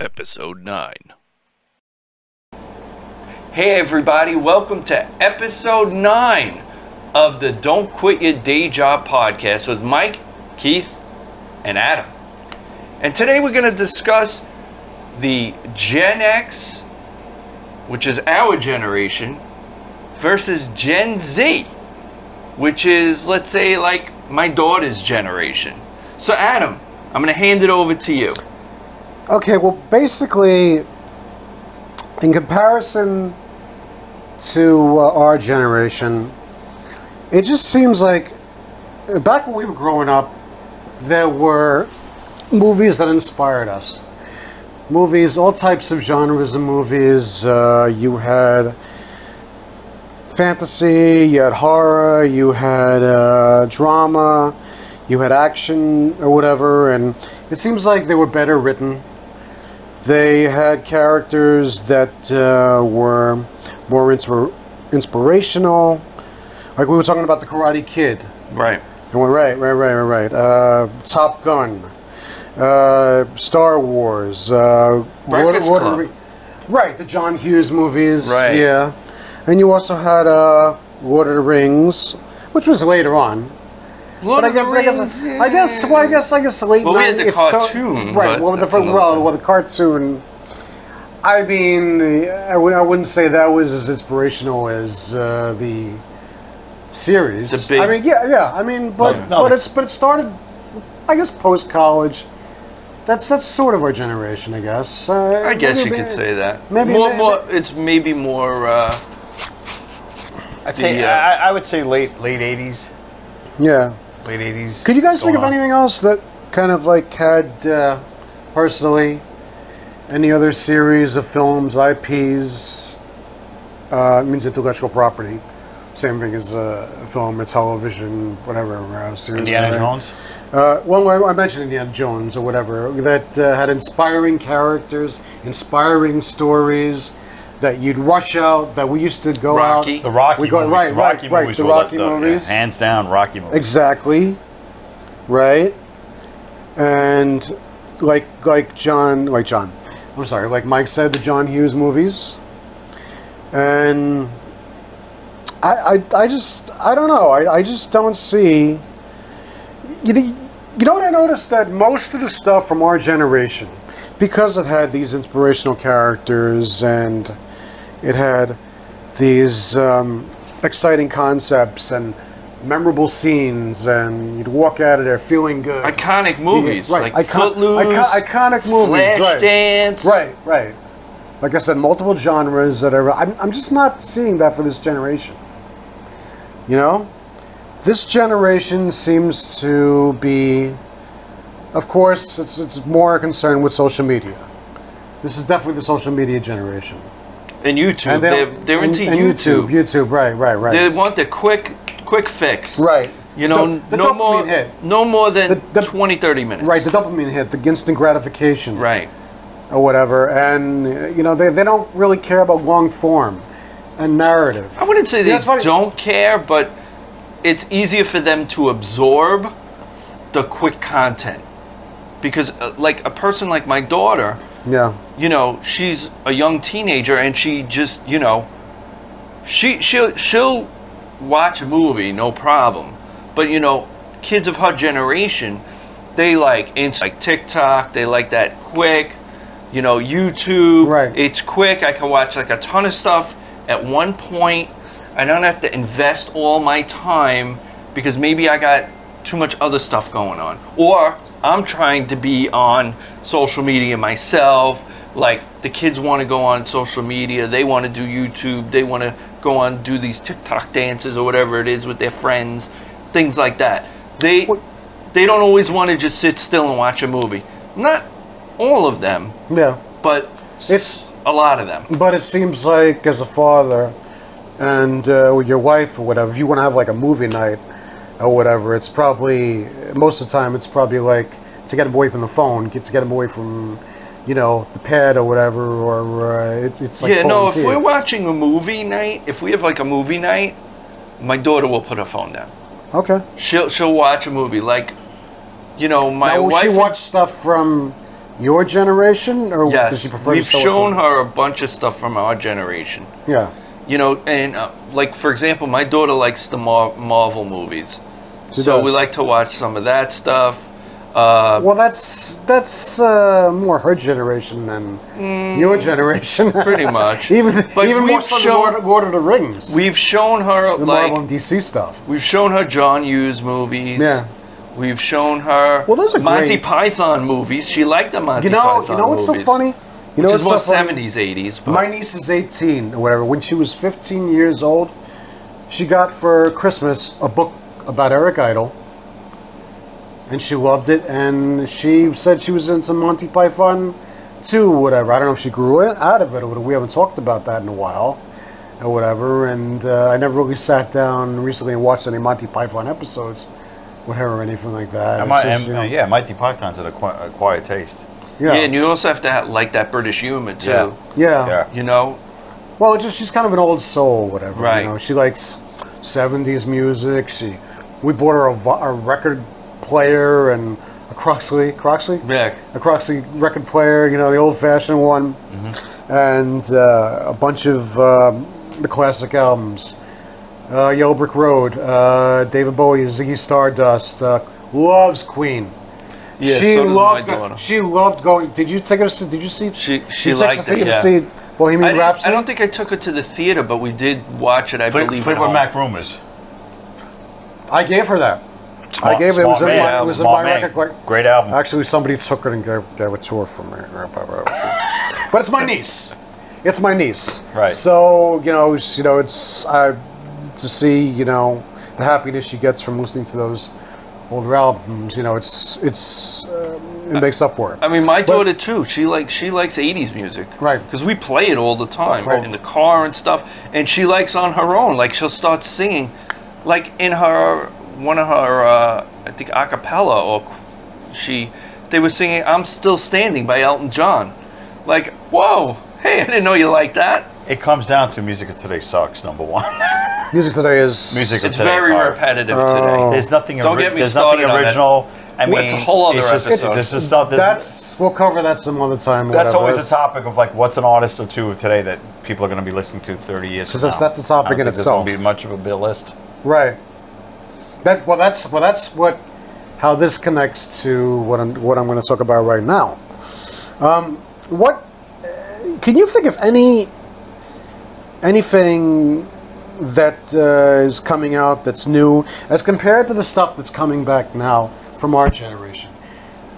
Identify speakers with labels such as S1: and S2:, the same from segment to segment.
S1: Episode 9.
S2: Hey, everybody, welcome to episode 9 of the Don't Quit Your Day Job podcast with Mike, Keith, and Adam. And today we're going to discuss the Gen X, which is our generation, versus Gen Z, which is, let's say, like my daughter's generation. So, Adam, I'm going to hand it over to you.
S3: Okay, well, basically, in comparison to uh, our generation, it just seems like uh, back when we were growing up, there were movies that inspired us. Movies, all types of genres of movies. Uh, you had fantasy, you had horror, you had uh, drama, you had action or whatever, and it seems like they were better written. They had characters that uh, were more inspir- inspirational. Like we were talking about the Karate Kid.
S2: Right.
S3: And we're right, right, right, right, right. Uh, Top Gun, uh, Star Wars, uh,
S2: Breakfast Club.
S3: right? The John Hughes movies,
S2: Right.
S3: Yeah, and you also had uh, Lord of the Rings, which was later on.
S2: Lord
S3: I guess, I guess, I guess, well, I guess, I guess the late.
S2: Well, we had the
S3: 90s it sta-
S2: cartoon,
S3: right?
S2: but
S3: Well, the
S2: that's
S3: fir-
S2: another
S3: well,
S2: thing.
S3: well, the cartoon. I mean, I would, I wouldn't say that was as inspirational as uh, the series.
S2: The big-
S3: I mean, yeah, yeah. I mean, but
S2: no.
S3: but it's but it started, I guess, post college. That's that's sort of our generation, I guess. Uh,
S2: I guess
S3: maybe-
S2: you could say that.
S3: maybe-
S2: more,
S3: may-
S2: more. It's maybe more. Uh,
S4: I'd say
S2: The, uh,
S4: I, I would say late late eighties,
S3: Yeah.
S4: late eighties.
S3: Could you guys think of anything else that kind of like had uh, personally any other series of films, IPs? Uh, it means intellectual property. Same thing as uh, film, or television, whatever uh, series.
S4: Indiana
S3: whatever.
S4: Jones?
S3: Uh, well, I, I mentioned Indiana Jones or whatever that uh, had inspiring characters, inspiring stories. That you'd rush out. That we used to go
S2: Rocky.
S3: out.
S4: The Rocky
S3: we go,
S4: movies.
S3: Right,
S4: the Rocky
S3: right, right.
S4: movies
S3: the
S4: were the-
S3: Rocky
S4: the- yeah,
S3: movies.
S4: hands down, Rocky movies.
S3: Exactly. Right? And like like John like John. I'm sorry, like Mike said, the John Hughes movies. And I I, I just I don't know. I, I just don't see you, know- you know what I noticed that most of the stuff from our generation, because it had these inspirational characters and it had these um, exciting concepts and memorable scenes, and you'd walk out of there feeling good.
S2: iconic movies like
S3: right. icon-
S2: Footloose,
S3: icon- iconic movies, right.
S2: Flashdance.
S3: Right, right. Like I said, multiple genres that are. I'm, I'm just not seeing that for this generation. You know? This generation seems to be. Of course, it's, it's more concerned with social media. This is definitely the social media generation.
S2: and YouTube.
S3: And
S2: they're,
S3: they'll-
S2: they're
S3: and-
S2: into
S3: and
S2: YouTube.
S3: YouTube. YouTube, right, right, right.
S2: They want the quick, quick fix.
S3: Right.
S2: You know,
S3: The- the
S2: no
S3: dopamine
S2: more,
S3: hit.
S2: no more than
S3: The- the-
S2: 20, 30 minutes.
S3: Right, the dopamine hit, the instant gratification,
S2: right.
S3: or whatever, and uh, you know they, they don't really care about long form and narrative.
S2: I wouldn't say they
S3: That's funny.
S2: don't care, but it's easier for them to absorb the quick content because, uh, like a person like my daughter,
S3: Yeah,
S2: you know, she's a young teenager and she just, you know, she she'll she'll watch a movie, no problem. But you know, kids of her generation, they like ins- like TikTok, they like that quick, you know, YouTube.
S3: Right.
S2: It's quick. I can watch like a ton of stuff at one point. I don't have to invest all my time because maybe I got too much other stuff going on. Or I'm trying to be on social media myself. Like the kids want to go on social media, they want to do YouTube, they want to go on do these TikTok dances or whatever it is with their friends, things like that. They they don't always want to just sit still and watch a movie. Not all of them,
S3: yeah.
S2: but it's
S3: It's-
S2: a lot of them.
S3: But it seems like as a father and uh, with your wife or whatever, if you want to have like a movie night or whatever, it's probably most of the time it's probably like to get him away from the phone, get to get him away from you know the pad or whatever, or uh, it's it's like
S2: yeah, no,
S3: pulling
S2: if we're
S3: teeth.
S2: watching a movie night, if we have like a movie night, my daughter will put her phone down.
S3: okay.
S2: She'll she'll watch a movie like you know, my
S3: Now, will
S2: wife
S3: she watch stuff from your generation, or does
S2: Yes,
S3: she prefer? to
S2: we've
S3: stay with
S2: shown
S3: them?
S2: her a bunch of stuff from our generation.
S3: Yeah,
S2: You know, and uh, like for example, my daughter likes the Mar- Marvel movies,
S3: She
S2: so we
S3: does.
S2: like to watch some of that stuff. Uh,
S3: Well, that's that's uh, more her generation than your generation.
S2: Mm. Pretty much.
S3: even
S2: But
S3: even more
S2: we've
S3: so than
S2: shown-
S3: Lord, Lord of the Rings.
S2: we've shown her like
S3: the Marvel and DC stuff.
S2: we've shown her John Hughes movies.
S3: Yeah.
S2: We've shown her
S3: Well, those are
S2: Monty
S3: great.
S2: Python movies. She liked the Monty
S3: You know,
S2: Python
S3: you know what's so
S2: movies,
S3: funny? You know
S2: which
S3: what's
S2: is
S3: so
S2: more
S3: funny?
S2: seventies, eighties.
S3: My niece is 18 or whatever. When she was 15 years old, she got for Christmas a book about Eric Idle. And she loved it. And she said she was into Monty Python too, whatever. I don't know if she grew it, out of it or whatever. We haven't talked about that in a while or whatever. And uh, I never really sat down recently and watched any Monty Python episodes with her or anything like that.
S4: I
S3: It's
S4: might,
S3: just, you know,
S4: I'm- yeah, Mighty Python's an acqui- acquired taste.
S2: yeah. and you also have to have, like that British humor too.
S4: Yeah.
S3: yeah.
S4: Yeah.
S2: You know,
S3: Well, just she's kind of an old soul, whatever.
S2: Right.
S3: You know, she likes '70s music. She, we bought her a, vi- a record player and a Croxley, Croxley,
S2: Yeah.
S3: a Croxley record player. You know, the old-fashioned one,
S2: Mm-hmm.
S3: and uh, a bunch of um, the classic albums. Uh, Yellow Brick Road, uh, David Bowie, Ziggy Stardust, uh, loves Queen.
S2: Yeah,
S3: she
S2: so does my
S3: loved. go-
S2: daughter.
S3: She loved going. Did you take her? to see- Did you see?
S2: She- she
S3: you took
S2: liked it, yeah.
S3: Sophia To see Bohemian
S2: I, didn't-
S3: Rhapsody.
S2: I don't think I took her to the theater, but we did watch it. I
S4: Fle-
S2: believe. at
S4: Fleetwood
S2: home.
S4: Mac rumors.
S3: I gave her that. I
S4: Small-
S3: gave it. It
S4: small
S3: was in
S4: man,
S3: my, it was in
S4: small
S3: my
S4: man.
S3: record. Quite,
S4: Great album.
S3: Actually, somebody took it and gave, gave a tour for me. But it's my niece. It's my niece.
S4: Right.
S3: So you know, it's- you know, it's I to see you know the happiness she gets from listening to those older albums. You know, it's it's um, it makes up for it.
S4: Uh,
S2: I mean, my daughter too. She like she likes '80s music,
S3: Right.
S2: Because we play it all the time
S3: Right.
S2: in the car and stuff. And she likes on her own. Like she'll start singing, like in her one of her uh, I think a cappella or she they were singing "I'm Still Standing" by Elton John. Like, whoa, hey, I didn't know you liked that.
S4: It comes down to music of today sucks. Number one,
S3: music today is
S4: music of
S2: It's
S4: today
S2: very
S4: hard.
S2: repetitive
S3: Oh.
S2: today.
S4: There's nothing.
S2: Don't
S4: ori-
S2: get me
S4: there's
S2: started
S4: nothing
S2: on it.
S4: original. I mean,
S2: Well, it's a whole other
S4: it's just,
S2: episode.
S4: This is not. This,
S3: That's we'll cover that some other time.
S4: that's
S3: whatever.
S4: always a topic of like what's an artist or two of today that people are going to be listening to 30 years. Because
S3: that's- that's a topic in itself.
S4: Be much of a bill list.
S3: Right. That well, that's well, that's what how this connects to what I'm what I'm going to talk about right now. Um, what uh, can you think of any anything that uh, is coming out that's new as compared to the stuff that's coming back now from our generation?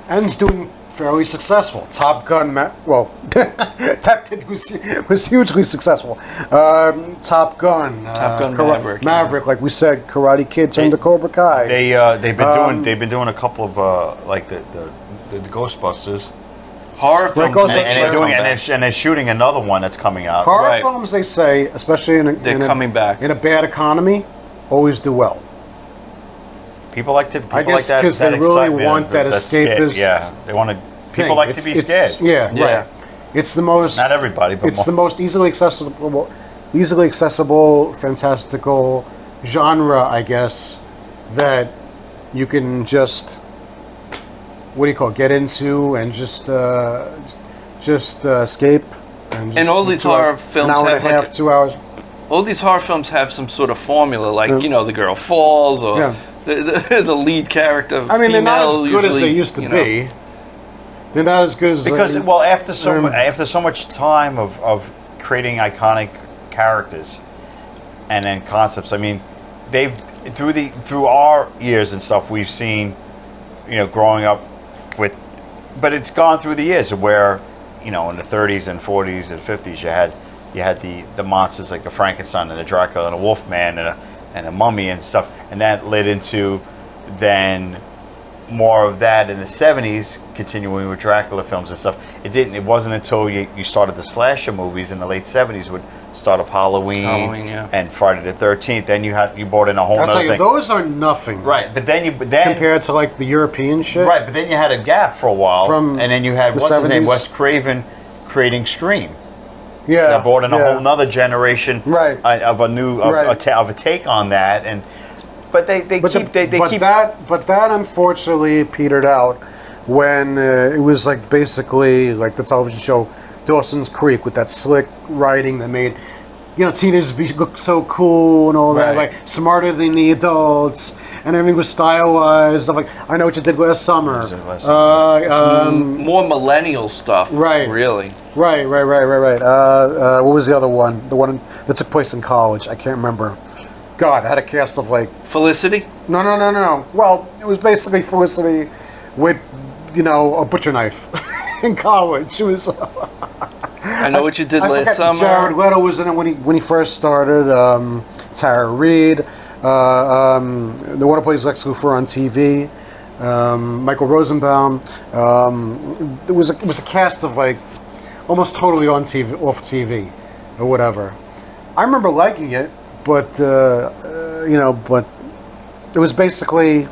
S3: and is doing fairly successful. Top Gun, ma- well, that did- was, was hugely successful. Um, Top Gun, uh,
S2: Top Gun Maverick, yeah.
S3: Maverick, like we said, Karate Kid turned
S4: They-
S3: to Cobra Kai.
S4: They uh, they've been
S3: Um,
S4: doing they've been doing a couple of uh, like the the, the Ghostbusters
S2: Horror films.
S3: goes
S4: and,
S3: with-
S2: make
S4: and
S2: their
S4: they're doing and
S2: comeback.
S4: they're, and they're shooting another one that's coming out.
S3: Horror
S2: Right.
S3: films, they say, especially in a,
S2: They're
S3: in a-
S2: coming back.
S3: in a bad economy, always do well.
S4: People like to. People
S3: I guess
S4: like that-
S3: 'cause
S4: that
S3: they really
S4: excitement,
S3: want that
S4: scare-
S3: escapist
S4: Yeah, they want to. People
S3: thing.
S4: like
S3: It's-
S4: to be
S3: it's-
S4: scared.
S3: Yeah,
S2: Yeah.
S3: right. It's the most
S4: Not everybody, but
S3: it's
S4: mo-
S3: the most easily accessible, easily accessible fantastical genre, I guess, that you can just what do you call it, get into and just uh, just uh, escape. And, just
S2: And all these
S3: do, like,
S2: horror films
S3: an hour and
S2: have
S3: a
S2: like
S3: half,
S2: a-
S3: two hours.
S2: all these horror films have some sort of formula, like you know, the girl falls, or
S3: Yeah.
S2: the, the the lead character.
S3: I mean, they're not as good
S2: female
S3: as they
S2: usually,
S3: used to
S2: you know.
S3: be. They're not as good as they-
S4: because well after so
S3: Um,
S4: mu- after so much time of, of creating iconic characters and then concepts i mean they've through the through our years and stuff we've seen you know growing up with but it's gone through the years where you know in the 30s and 40s and 50s you had you had the the monsters like a frankenstein and a dracula and a wolfman and a and a mummy and stuff and that led into then more of that in the 70s, continuing with Dracula films and stuff. It didn't. It wasn't until you, you started the slasher movies in the late 70s with start of Halloween,
S2: Halloween, yeah.
S4: and Friday the 13th. Then you had you brought in a whole
S3: I'll tell
S4: other
S3: you,
S4: thing,
S3: those are nothing
S4: right? But then you but then
S3: compared to like the European shit.
S4: right, but then you had a gap for a while,
S3: From
S4: and then you had
S3: the
S4: what's his name,
S3: 70s?
S4: Wes Craven, creating Scream.
S3: Yeah.
S4: That brought in a
S3: yeah.
S4: whole nother generation
S3: Right.
S4: uh, of a new of,
S3: Right.
S4: a ta- of a take on that, and but they they
S3: But,
S4: keep
S3: the-
S4: they, they
S3: but
S4: keep
S3: that, but that unfortunately petered out when uh, it was like basically like the television show Dawson's Creek with that slick writing that made you know teenagers be, look so cool and all that,
S2: Right.
S3: like smarter than the adults, and everything was stylized. Stuff like I know what you did last summer.
S4: Did Last
S3: Uh, um,
S2: More millennial stuff.
S3: Right.
S2: Really.
S3: Right, right, right, right, right. Uh, uh, what was the other one? The one that took place in college. I can't remember. God, I had a cast of like
S2: Felicity?
S3: no, no, no, no, no. Well, it was basically Felicity with you know a butcher knife in college. She was.
S2: I know what you did
S3: I
S2: last
S3: forget-
S2: summer.
S3: Jared Leto was in it when he when he first started. Um, Tara Reid, uh, um, the one who plays Lex Luthor on TV. Um, Michael Rosenbaum. Um, it was a, it was a cast of like almost totally on TV off TV or whatever. I remember liking it, but uh, uh, you know, but it was basically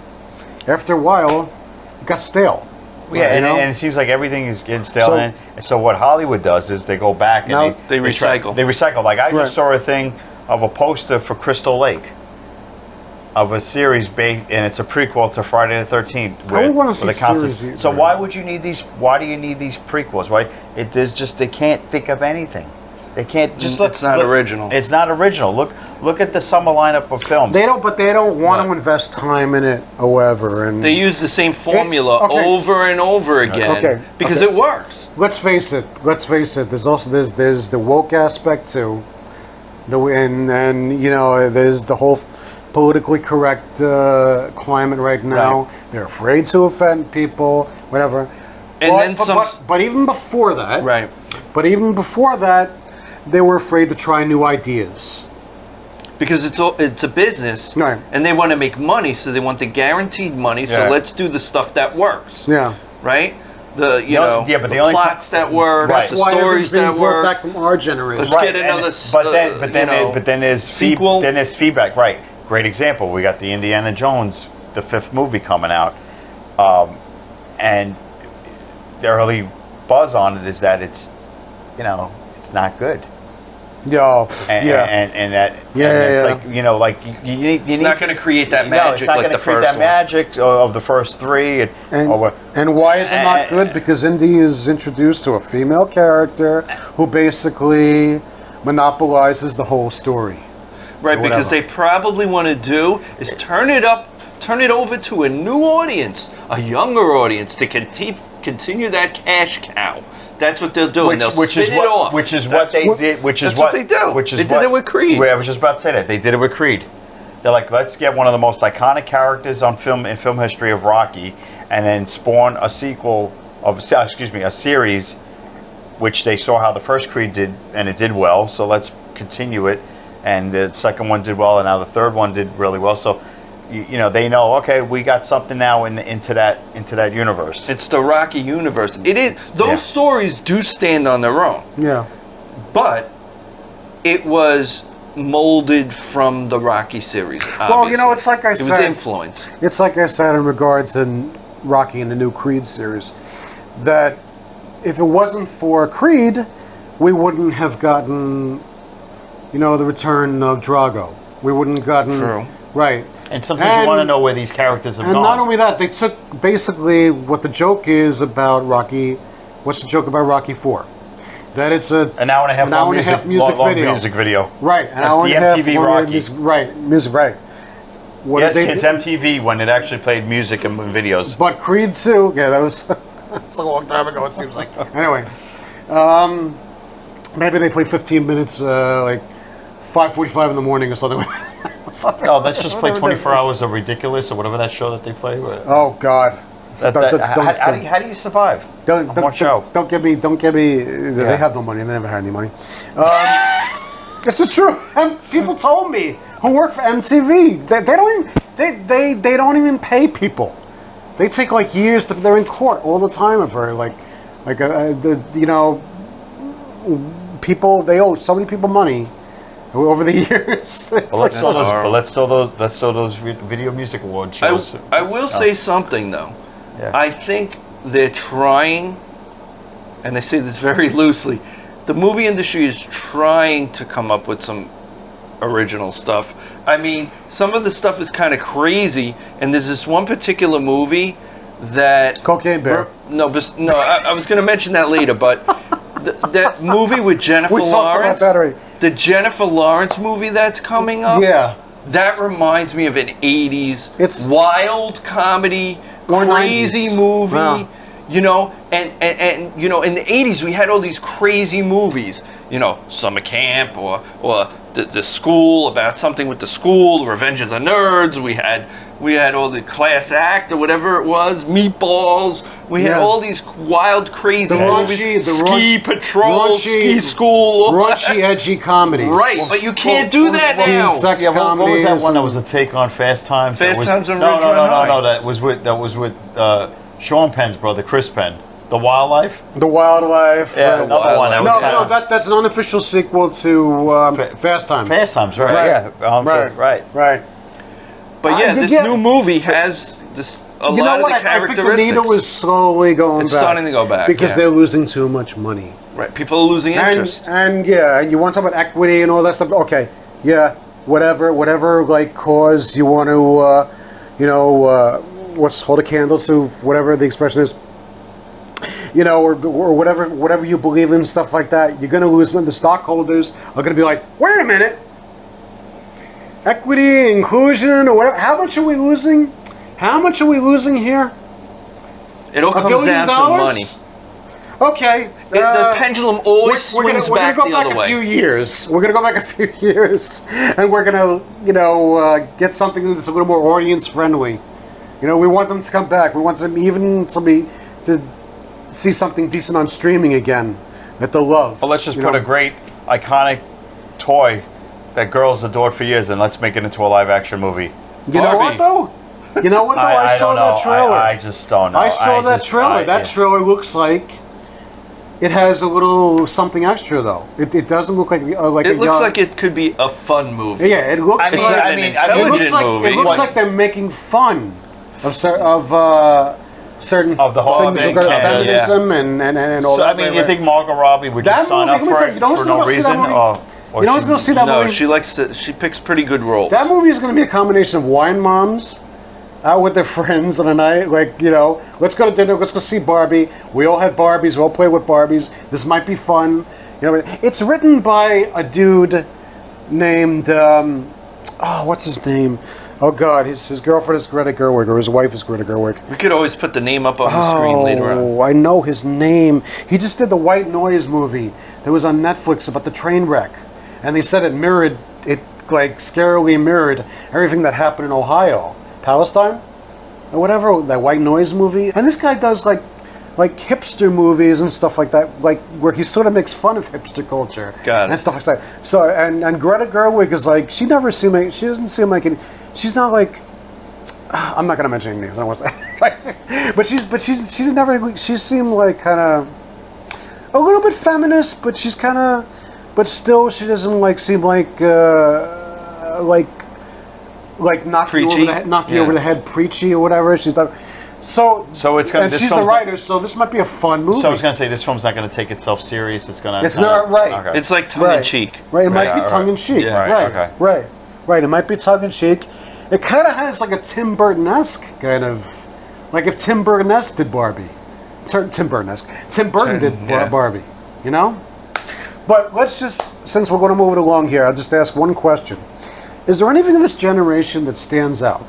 S3: after a while it got stale.
S4: Yeah,
S3: you
S4: and,
S3: know?
S4: and it seems like everything is getting stale.
S3: So-
S4: and and so what Hollywood does is they go back and
S3: No.
S2: They
S4: try-
S2: recycle.
S4: They recycle. Like I
S3: Right.
S4: just saw a thing of a poster for Crystal Lake of a series based, and it's a prequel to Friday the Thirteenth.
S3: would wanna see series
S4: So
S3: either.
S4: why would you need these? Why do you need these prequels? Why it there's just they can't think of anything. They can't just
S2: Mm,
S4: look.
S2: it's not
S4: look-
S2: original.
S4: It's not original. Look, look at the summer lineup of films.
S3: They don't, but they don't want to invest time in it, however. And
S2: They use the same formula
S3: okay.
S2: over and over again
S3: Okay,
S2: because
S3: okay.
S2: it works.
S3: let's face it. Let's face it. There's also there's there's the woke aspect too. The and and you know there's the whole politically correct uh, climate right now. They're afraid to offend people, whatever.
S2: And
S3: but,
S2: then
S3: but,
S2: some-
S3: but, but even before that,
S2: Right.
S3: But even before that, they were afraid to try new ideas.
S2: Because it's a, it's a business
S3: Right.
S2: and they want to make money, so they want the guaranteed money. So
S4: Yeah.
S2: let's do the stuff that works.
S3: Yeah.
S2: Right? The you
S4: The only-
S2: know
S4: yeah, but
S2: the,
S4: the only ti-
S2: plots that work,
S4: That's
S2: the
S4: why
S2: stories
S3: everything's being
S2: that
S3: brought
S2: work.
S3: back from our generation.
S2: Let's get
S4: and-
S2: another s-
S4: but
S2: uh,
S4: then, but then,
S2: you know,
S4: it- but then there's feed-
S2: sequel.
S4: then there's feedback. Right, great example. We got the Indiana Jones, the fifth movie coming out, um, and the early buzz on it is that it's, you know, it's not good.
S3: Yeah.
S4: And,
S3: yeah.
S4: and, and that
S3: Yeah,
S4: and
S3: yeah,
S4: it's
S3: yeah.
S4: like you know, like you, you need. You
S2: It's
S4: need
S2: not gonna create that
S4: No, it's
S2: magic
S4: not
S2: like
S4: gonna
S2: the
S4: create
S2: first
S4: that
S2: one.
S4: magic of, of the first three, and,
S3: And,
S4: or what-
S3: and why is it
S4: Eh, eh,
S3: not good? Because Indy is introduced to a female character who basically monopolizes the whole story.
S2: Right, because they
S3: whatever.
S2: probably want to do is turn it up, turn it over to a new audience, a younger audience to conti- continue that cash cow. That's what they'll do. and they'll spin
S4: is
S2: it
S4: what,
S2: off.
S4: Which is
S2: That's
S4: what they
S3: what-
S4: did. Which is
S2: that's what they
S4: what,
S2: do.
S4: Which is
S2: They did
S4: what-
S2: it with Creed.
S4: Wait, I was just about to say that they did it with Creed. They're like, let's get one of the most iconic characters on film in film history of Rocky, and then spawn a sequel of se- excuse me a series, which they saw how the first Creed did and it did well. So let's continue it, and the second one did well, and now the third one did really well. So. You, you know they know okay we got something now in, into that into that universe
S2: It's the Rocky universe. It is. Those
S4: Yeah.
S2: stories do stand on their own,
S3: Yeah.
S2: but it was molded from the Rocky series.
S3: Well, you know,
S2: obviously.
S3: it's like I
S2: it was
S3: said-
S2: influenced.
S3: It's like I said in regards to Rocky and the new Creed series, that if it wasn't for Creed, we wouldn't have gotten, you know, the return of Drago. We wouldn't have gotten.
S2: True.
S3: Right.
S4: and sometimes you want to
S3: And-
S4: know where these characters have
S3: And
S4: gone
S3: not only that, they took basically what the joke is about Rocky. What's the joke about Rocky Four? That it's a
S4: An hour and a half
S3: an
S4: long
S3: hour and a
S4: music,
S3: half music
S4: long- long
S3: video.
S4: music video.
S3: Right, an
S4: At
S3: hour and
S4: the
S3: a half.
S4: MTV
S3: long
S4: Rocky.
S3: music- right, music. Right. What
S4: Yes,
S3: did they
S4: kids,
S3: do?
S4: MTV when it actually played music and videos.
S3: But Creed Two. Yeah, that was. It's a long time ago. It seems like. anyway, um, maybe they play 15 minutes, uh, like 5:45 in the morning or something. something.
S4: Oh, let's just play 24 hours of Ridiculous or whatever that show that they play. With.
S3: Oh God.
S4: That-
S3: Don't-
S4: that-
S3: don't-
S4: how,
S3: don't-
S4: how do you, how do you survive
S3: Don't,
S4: on
S3: don't,
S4: one show?
S3: don't, don't give me, don't give me.
S4: Yeah.
S3: They have no money. They never had any money. Um, it's the truth. And people told me who work for MTV. They, they don't. Even, they, they they don't even pay people. They take like years. To, they're in court all the time of her. Like like uh, uh, the, you know, people they owe so many people money over the years. It's
S4: But let's,
S3: like-
S4: throw those,
S2: horrible.
S4: but let's throw those. Let's throw those vi- video music award
S2: I,
S4: shows.
S2: I will say
S3: Oh.
S2: something though.
S4: Yeah.
S2: I think they're trying, and I say this very loosely. The movie industry is trying to come up with some original stuff. I mean, some of the stuff is kind of crazy, and there's this one particular movie that
S3: Cocaine Bear.
S2: No, bes- no, I, I was going to mention that later, but th- that movie with Jennifer
S3: We talked about
S2: Lawrence,
S3: that already.
S2: the Jennifer Lawrence movie that's coming up,
S3: Yeah.
S2: that reminds me of an '80s
S3: It's-
S2: wild comedy,
S3: Or
S2: crazy
S3: 90s.
S2: movie.
S3: Yeah.
S2: You know, and, and, and you know, in the '80s we had all these crazy movies. You know, summer camp or or the, the school about something with the school, Revenge of the Nerds. We had we had all the class act or whatever it was, Meatballs. We had
S3: Yeah.
S2: all these wild crazy
S3: The
S2: movies,
S3: raunchy, the
S2: ski
S3: raunch-
S2: patrol,
S3: raunchy-
S2: ski school,
S3: Raunchy, edgy comedies.
S2: Right, but you can't do that
S3: Teen
S2: now.
S3: sex
S4: Yeah, what, what was that
S3: comedies
S4: one that
S3: and-
S4: was a take on Fast Times? that
S2: Fast
S4: was,
S2: Times on
S4: no, no, no,
S2: Ridgemont
S4: no,
S2: High.
S4: no. That was with that was with uh, Sean Penn's brother, Chris Penn, The Wildlife.
S3: The Wildlife.
S4: Yeah,
S3: right.
S4: another one. That was
S3: No,
S4: kinda-
S3: no, that, that's an unofficial sequel to um,
S4: Fa-
S3: Fast Times.
S4: Fast Times, right?
S3: Right.
S4: Yeah, um,
S3: Right.
S4: right.
S3: Right.
S2: But
S3: I
S2: yeah,
S3: could
S2: this
S3: get-
S2: new movie has this a
S3: You
S2: lot
S3: know what?
S2: of the
S3: I, I think
S2: characteristics.
S3: the needle is slowly going
S2: It's
S3: back.
S2: starting to go back,
S3: Because
S2: yeah.
S3: they're losing too much money.
S2: right. People are losing interest.
S3: And, and yeah, and you want to talk about equity and all that stuff. Okay, yeah, whatever, whatever like cause you want to, uh, you know, uh, what's hold a candle to, whatever the expression is. You know, or, or whatever, whatever you believe in, stuff like that. You're going to lose when the stockholders are going to be like, wait a minute, equity, inclusion, or whatever. How much are we losing? How much are we losing here?
S2: it all
S3: A
S2: comes
S3: billion
S2: down
S3: dollars?
S2: to money.
S3: Okay.
S2: It,
S3: uh,
S2: the pendulum always swings
S3: gonna,
S2: back
S3: we're
S2: the
S3: gonna go
S2: other
S3: back a few
S2: way.
S3: years. We're gonna go back a few years, and we're gonna, you know, uh, get something that's a little more audience friendly. You know, we want them to come back. We want them even somebody to see something decent on streaming again that they love.
S4: But let's just
S3: you
S4: put
S3: know?
S4: a great iconic toy that girls adored for years, and let's make it into a live-action movie.
S3: You know what
S2: Barbie.
S3: though? You know what though? I,
S4: I, I
S3: saw
S4: don't know.
S3: that trailer.
S4: I, I just don't know.
S3: I saw that
S4: just-
S3: trailer.
S4: I-
S3: that
S4: yeah.
S3: trailer looks like it has a little something extra though. It, it doesn't look like uh, like
S2: It
S3: a
S2: looks
S3: young-
S2: like it could be a fun movie.
S3: Yeah, it looks
S4: I mean,
S3: like
S4: I mean, I
S3: It
S4: mean,
S3: looks like it
S2: movie.
S3: looks
S4: What?
S3: like they're making fun of cer- of uh, certain
S4: Of the whole
S3: things
S4: thing,
S3: regarding
S4: yeah,
S3: feminism and, and, and, and all
S4: So
S3: that.
S4: I mean,
S3: right,
S4: you
S3: right.
S4: think Margot Robbie would
S3: That
S4: just sign
S3: movie,
S4: up
S3: let me
S4: for
S3: tell you,
S4: it
S3: you know who's
S4: for
S3: gonna
S4: no
S3: go see that
S4: reason?
S3: movie?
S4: Or, or
S3: You know who's
S4: she-
S3: going to see that
S2: No,
S3: movie?
S2: she likes to. She picks pretty good roles.
S3: that movie is going to be a combination of wine moms out with their friends on a night, like you know, let's go to dinner, let's go see Barbie. We all had Barbies, we all played with Barbies. This might be fun, you know. It's written by a dude named um, oh, what's his name? Oh God, his his girlfriend is Greta Gerwig, or his wife is Greta Gerwig.
S2: we could always put the name up on the screen later on.
S3: Oh, I know his name. He just did the White Noise movie that was on Netflix about the train wreck, and they said it mirrored it like scarily mirrored everything that happened in Ohio, Palestine, or whatever that White Noise movie. And this guy does like like hipster movies and stuff like that, like where he sort of makes fun of hipster culture
S2: Got it.
S3: and stuff like that. So and and Greta Gerwig is like she never seemed like she doesn't seem like it. She's not like I'm not gonna mention any names. I don't want to. but she's but she's she never she seemed like kind of a little bit feminist, but she's kind of but still she doesn't like seem like uh, like like knock you over
S2: Preachy?
S3: the head, knock you
S2: Yeah.
S3: over the head preachy or whatever. She's not. So
S4: So it's gonna-
S3: and
S4: this
S3: she's the
S4: film's not-
S3: writer, so this might be a fun movie.
S4: So I was going to say, this film's not going to take itself serious. It's going to.
S3: It's not right.
S2: It's like tongue in cheek.
S3: Right, it
S4: Right,
S3: might
S4: yeah,
S3: be tongue in
S4: right.
S3: cheek.
S2: Yeah.
S3: Right,
S2: Right,
S3: right,
S4: okay.
S3: right, It might be tongue in cheek. It kind of has like a Tim Burton esque kind of, like if Tim Burton esque did Barbie, Tur- Tim Burton esque, Tim Burton
S2: Turn,
S3: did Bar-
S2: yeah.
S3: Barbie, you know. But let's just, since we're going to move it along here, I'll just ask one question: Is there anything in this generation that stands out,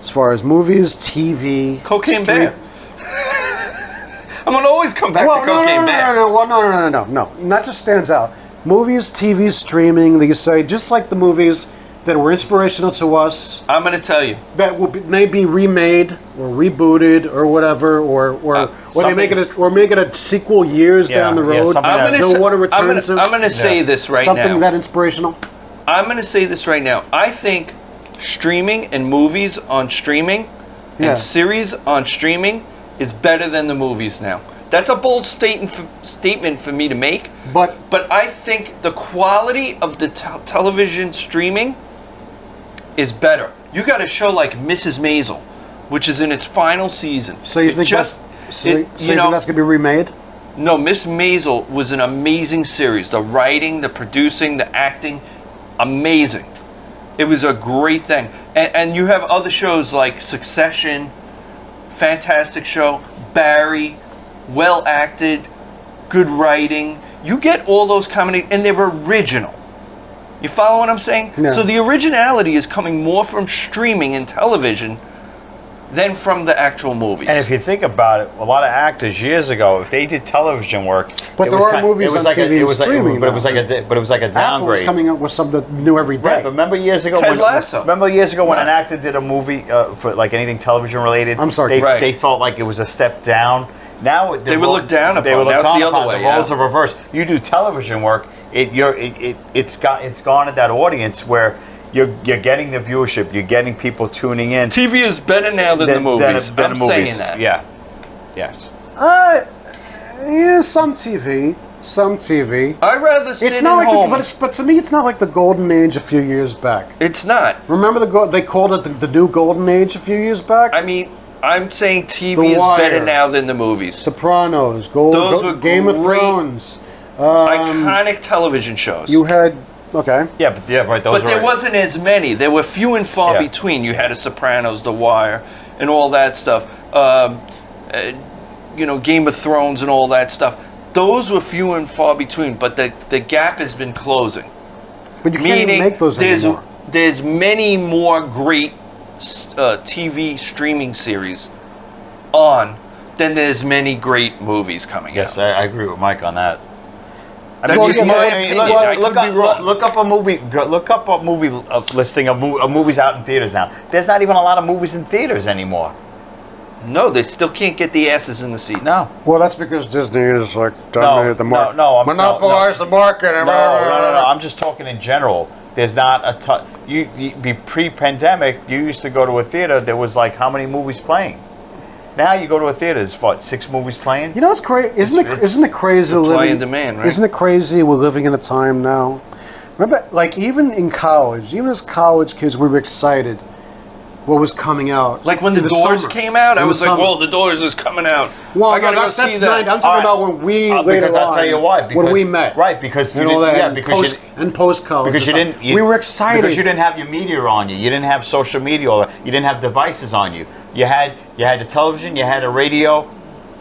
S3: as far as movies, TV,
S2: Cocaine
S3: street-
S2: Bear. I'm gonna always come back to
S3: no,
S2: Cocaine
S3: no, no,
S2: Bear.
S3: No, no, well, no, no, no, no, no. Not just stands out. Movies, TV, streaming, that you say, just like the movies that were inspirational to us,
S2: I'm gonna tell you.
S3: that will be, may be remade or rebooted or whatever, or or,
S2: Uh,
S3: or they make it a,
S4: something's-
S3: or make it a sequel years
S4: Yeah,
S3: down the
S4: yeah,
S3: road.
S4: something
S2: I'm gonna.
S4: that-
S3: They'll
S2: t-
S3: want to
S2: I'm
S3: return
S2: gonna,
S3: some-
S2: I'm gonna say
S4: Yeah.
S2: this right
S3: something
S2: now.
S3: that inspirational.
S2: I'm going to say this right now. I think streaming and movies on streaming
S3: Yeah.
S2: and series on streaming is better than the movies now. That's a bold statement for, statement for me to make,
S3: But
S2: but I think the quality of the tel- television streaming is better. You got a show like Mrs. Maisel, which is in its final season.
S3: so you
S2: It
S3: think
S2: just
S3: that's, so,
S2: it-
S3: you, so you think that's gonna be remade?
S2: no, Miss Maisel was an amazing series. The writing, the producing, the acting, amazing. It was a great thing. And, and you have other shows like Succession, fantastic show. Barry, well acted, good writing. You get all those comedy, and they're original. You follow what I'm saying?
S3: No.
S2: So the originality is coming more from streaming and television than from the actual movies.
S4: And if you think about it, a lot of actors years ago, if they did television work,
S3: But
S4: it
S3: there
S4: was
S3: are
S4: kind-
S3: movies
S4: it
S3: on
S4: was like
S3: TV
S4: a, it was like,
S3: streaming
S4: but it
S3: now.
S4: was like a, di- but it was like a
S3: Apple was
S4: downgrade.
S3: coming out with something new every day.
S4: Right, but remember years ago
S2: Ted
S4: when
S2: Lasso.
S4: remember years ago when an
S2: Right.
S4: actor did a movie uh, for like anything television related.
S3: I'm sorry,
S4: they,
S2: Right.
S4: they felt like it was a step down. Now the
S2: They were
S4: ro-
S2: looked down
S4: They
S2: upon.
S4: were
S2: Now
S4: looked
S2: it's the
S4: down
S2: other
S4: upon.
S2: way,
S4: the
S2: yeah.
S4: roles are reversed. You do television work. It you're it, it it's got it's gone at that audience where you're you're getting the viewership. You're getting people tuning in.
S2: TV is better now than, the movies. I'm
S4: than the movies.
S2: saying that.
S4: Yeah. Yes.
S3: Uh, yeah, some TV, some TV.
S2: I'd rather sit
S3: It's not
S2: at
S3: like,
S2: home.
S3: the, but it's but to me, it's not like the golden age a few years back.
S2: it's not.
S3: Remember the go- they called it the, the new golden age a few years back.
S2: I mean, I'm saying TV
S3: The
S2: is better
S3: Wire.
S2: now than the movies.
S3: Sopranos, Gold,
S2: Those
S3: Go-
S2: were
S3: Game of
S2: great.
S3: Thrones.
S2: Iconic television shows.
S3: um, You had okay.
S4: Yeah, but yeah, right. Those
S2: but
S4: were
S2: there wasn't as many. There were few and far
S4: Yeah.
S2: between. You had a Sopranos, The Wire, and all that stuff. Um, uh, you know, Game of Thrones and all that stuff. Those were few and far between, but the, the gap has been closing.
S3: But you can't
S2: Meaning,
S3: even make those
S2: there's
S3: anymore.
S2: there's many more great s- uh, TV streaming series on than there's many great movies coming
S4: Yes,
S2: out.
S4: I, I agree with Mike on that. I
S2: That's
S3: just
S4: you
S3: my
S4: know, I mean, look-
S2: opinion. I could
S4: look,
S2: be
S4: up,
S2: wrong.
S4: look up a movie. go- Look up a movie uh, listing of, mo- of movies out in theaters now. There's not even a lot of movies in theaters anymore.
S2: No, they still can't get the asses in the seats.
S4: No,
S3: Well, that's because Disney is like
S4: dominated the mar- no, no, I'm- no, monopolized
S3: the market.
S4: no, no, no, no. I'm just talking in general. There's not a ton. You, you be pre-pandemic. You used to go to a theater. There was like how many movies playing? Now you go to a theater. There's what six movies playing?
S3: You know what's crazy? Isn't
S2: It's-
S3: it? Isn't it crazy?
S2: supply
S3: living-
S2: and demand, right?
S3: Isn't it crazy? We're living in a time now. Remember, like even in college, even as college kids, we were excited what was coming out.
S2: Like when the,
S3: In
S2: doors
S3: summer.
S2: came out, I
S3: In the
S2: was like,
S3: summer.
S2: "Well, the doors is coming out."
S3: Well,
S2: I gotta
S3: no,
S2: go
S3: that's, that's
S2: see that.
S3: not- I'm talking
S4: All right.
S3: about when we
S4: Uh,
S3: later
S4: because I'll
S3: on,
S4: tell you why,
S3: when
S4: because-
S3: we met,
S4: right, because
S3: and
S4: you
S3: all
S4: didn't-
S3: that,
S4: yeah,
S3: and
S4: because you
S3: post, and post college,
S4: because you didn't. You,
S3: we were excited
S4: because you didn't have your media on you. You didn't have social media. Or you didn't have devices on you. You had you had the television, you had a radio,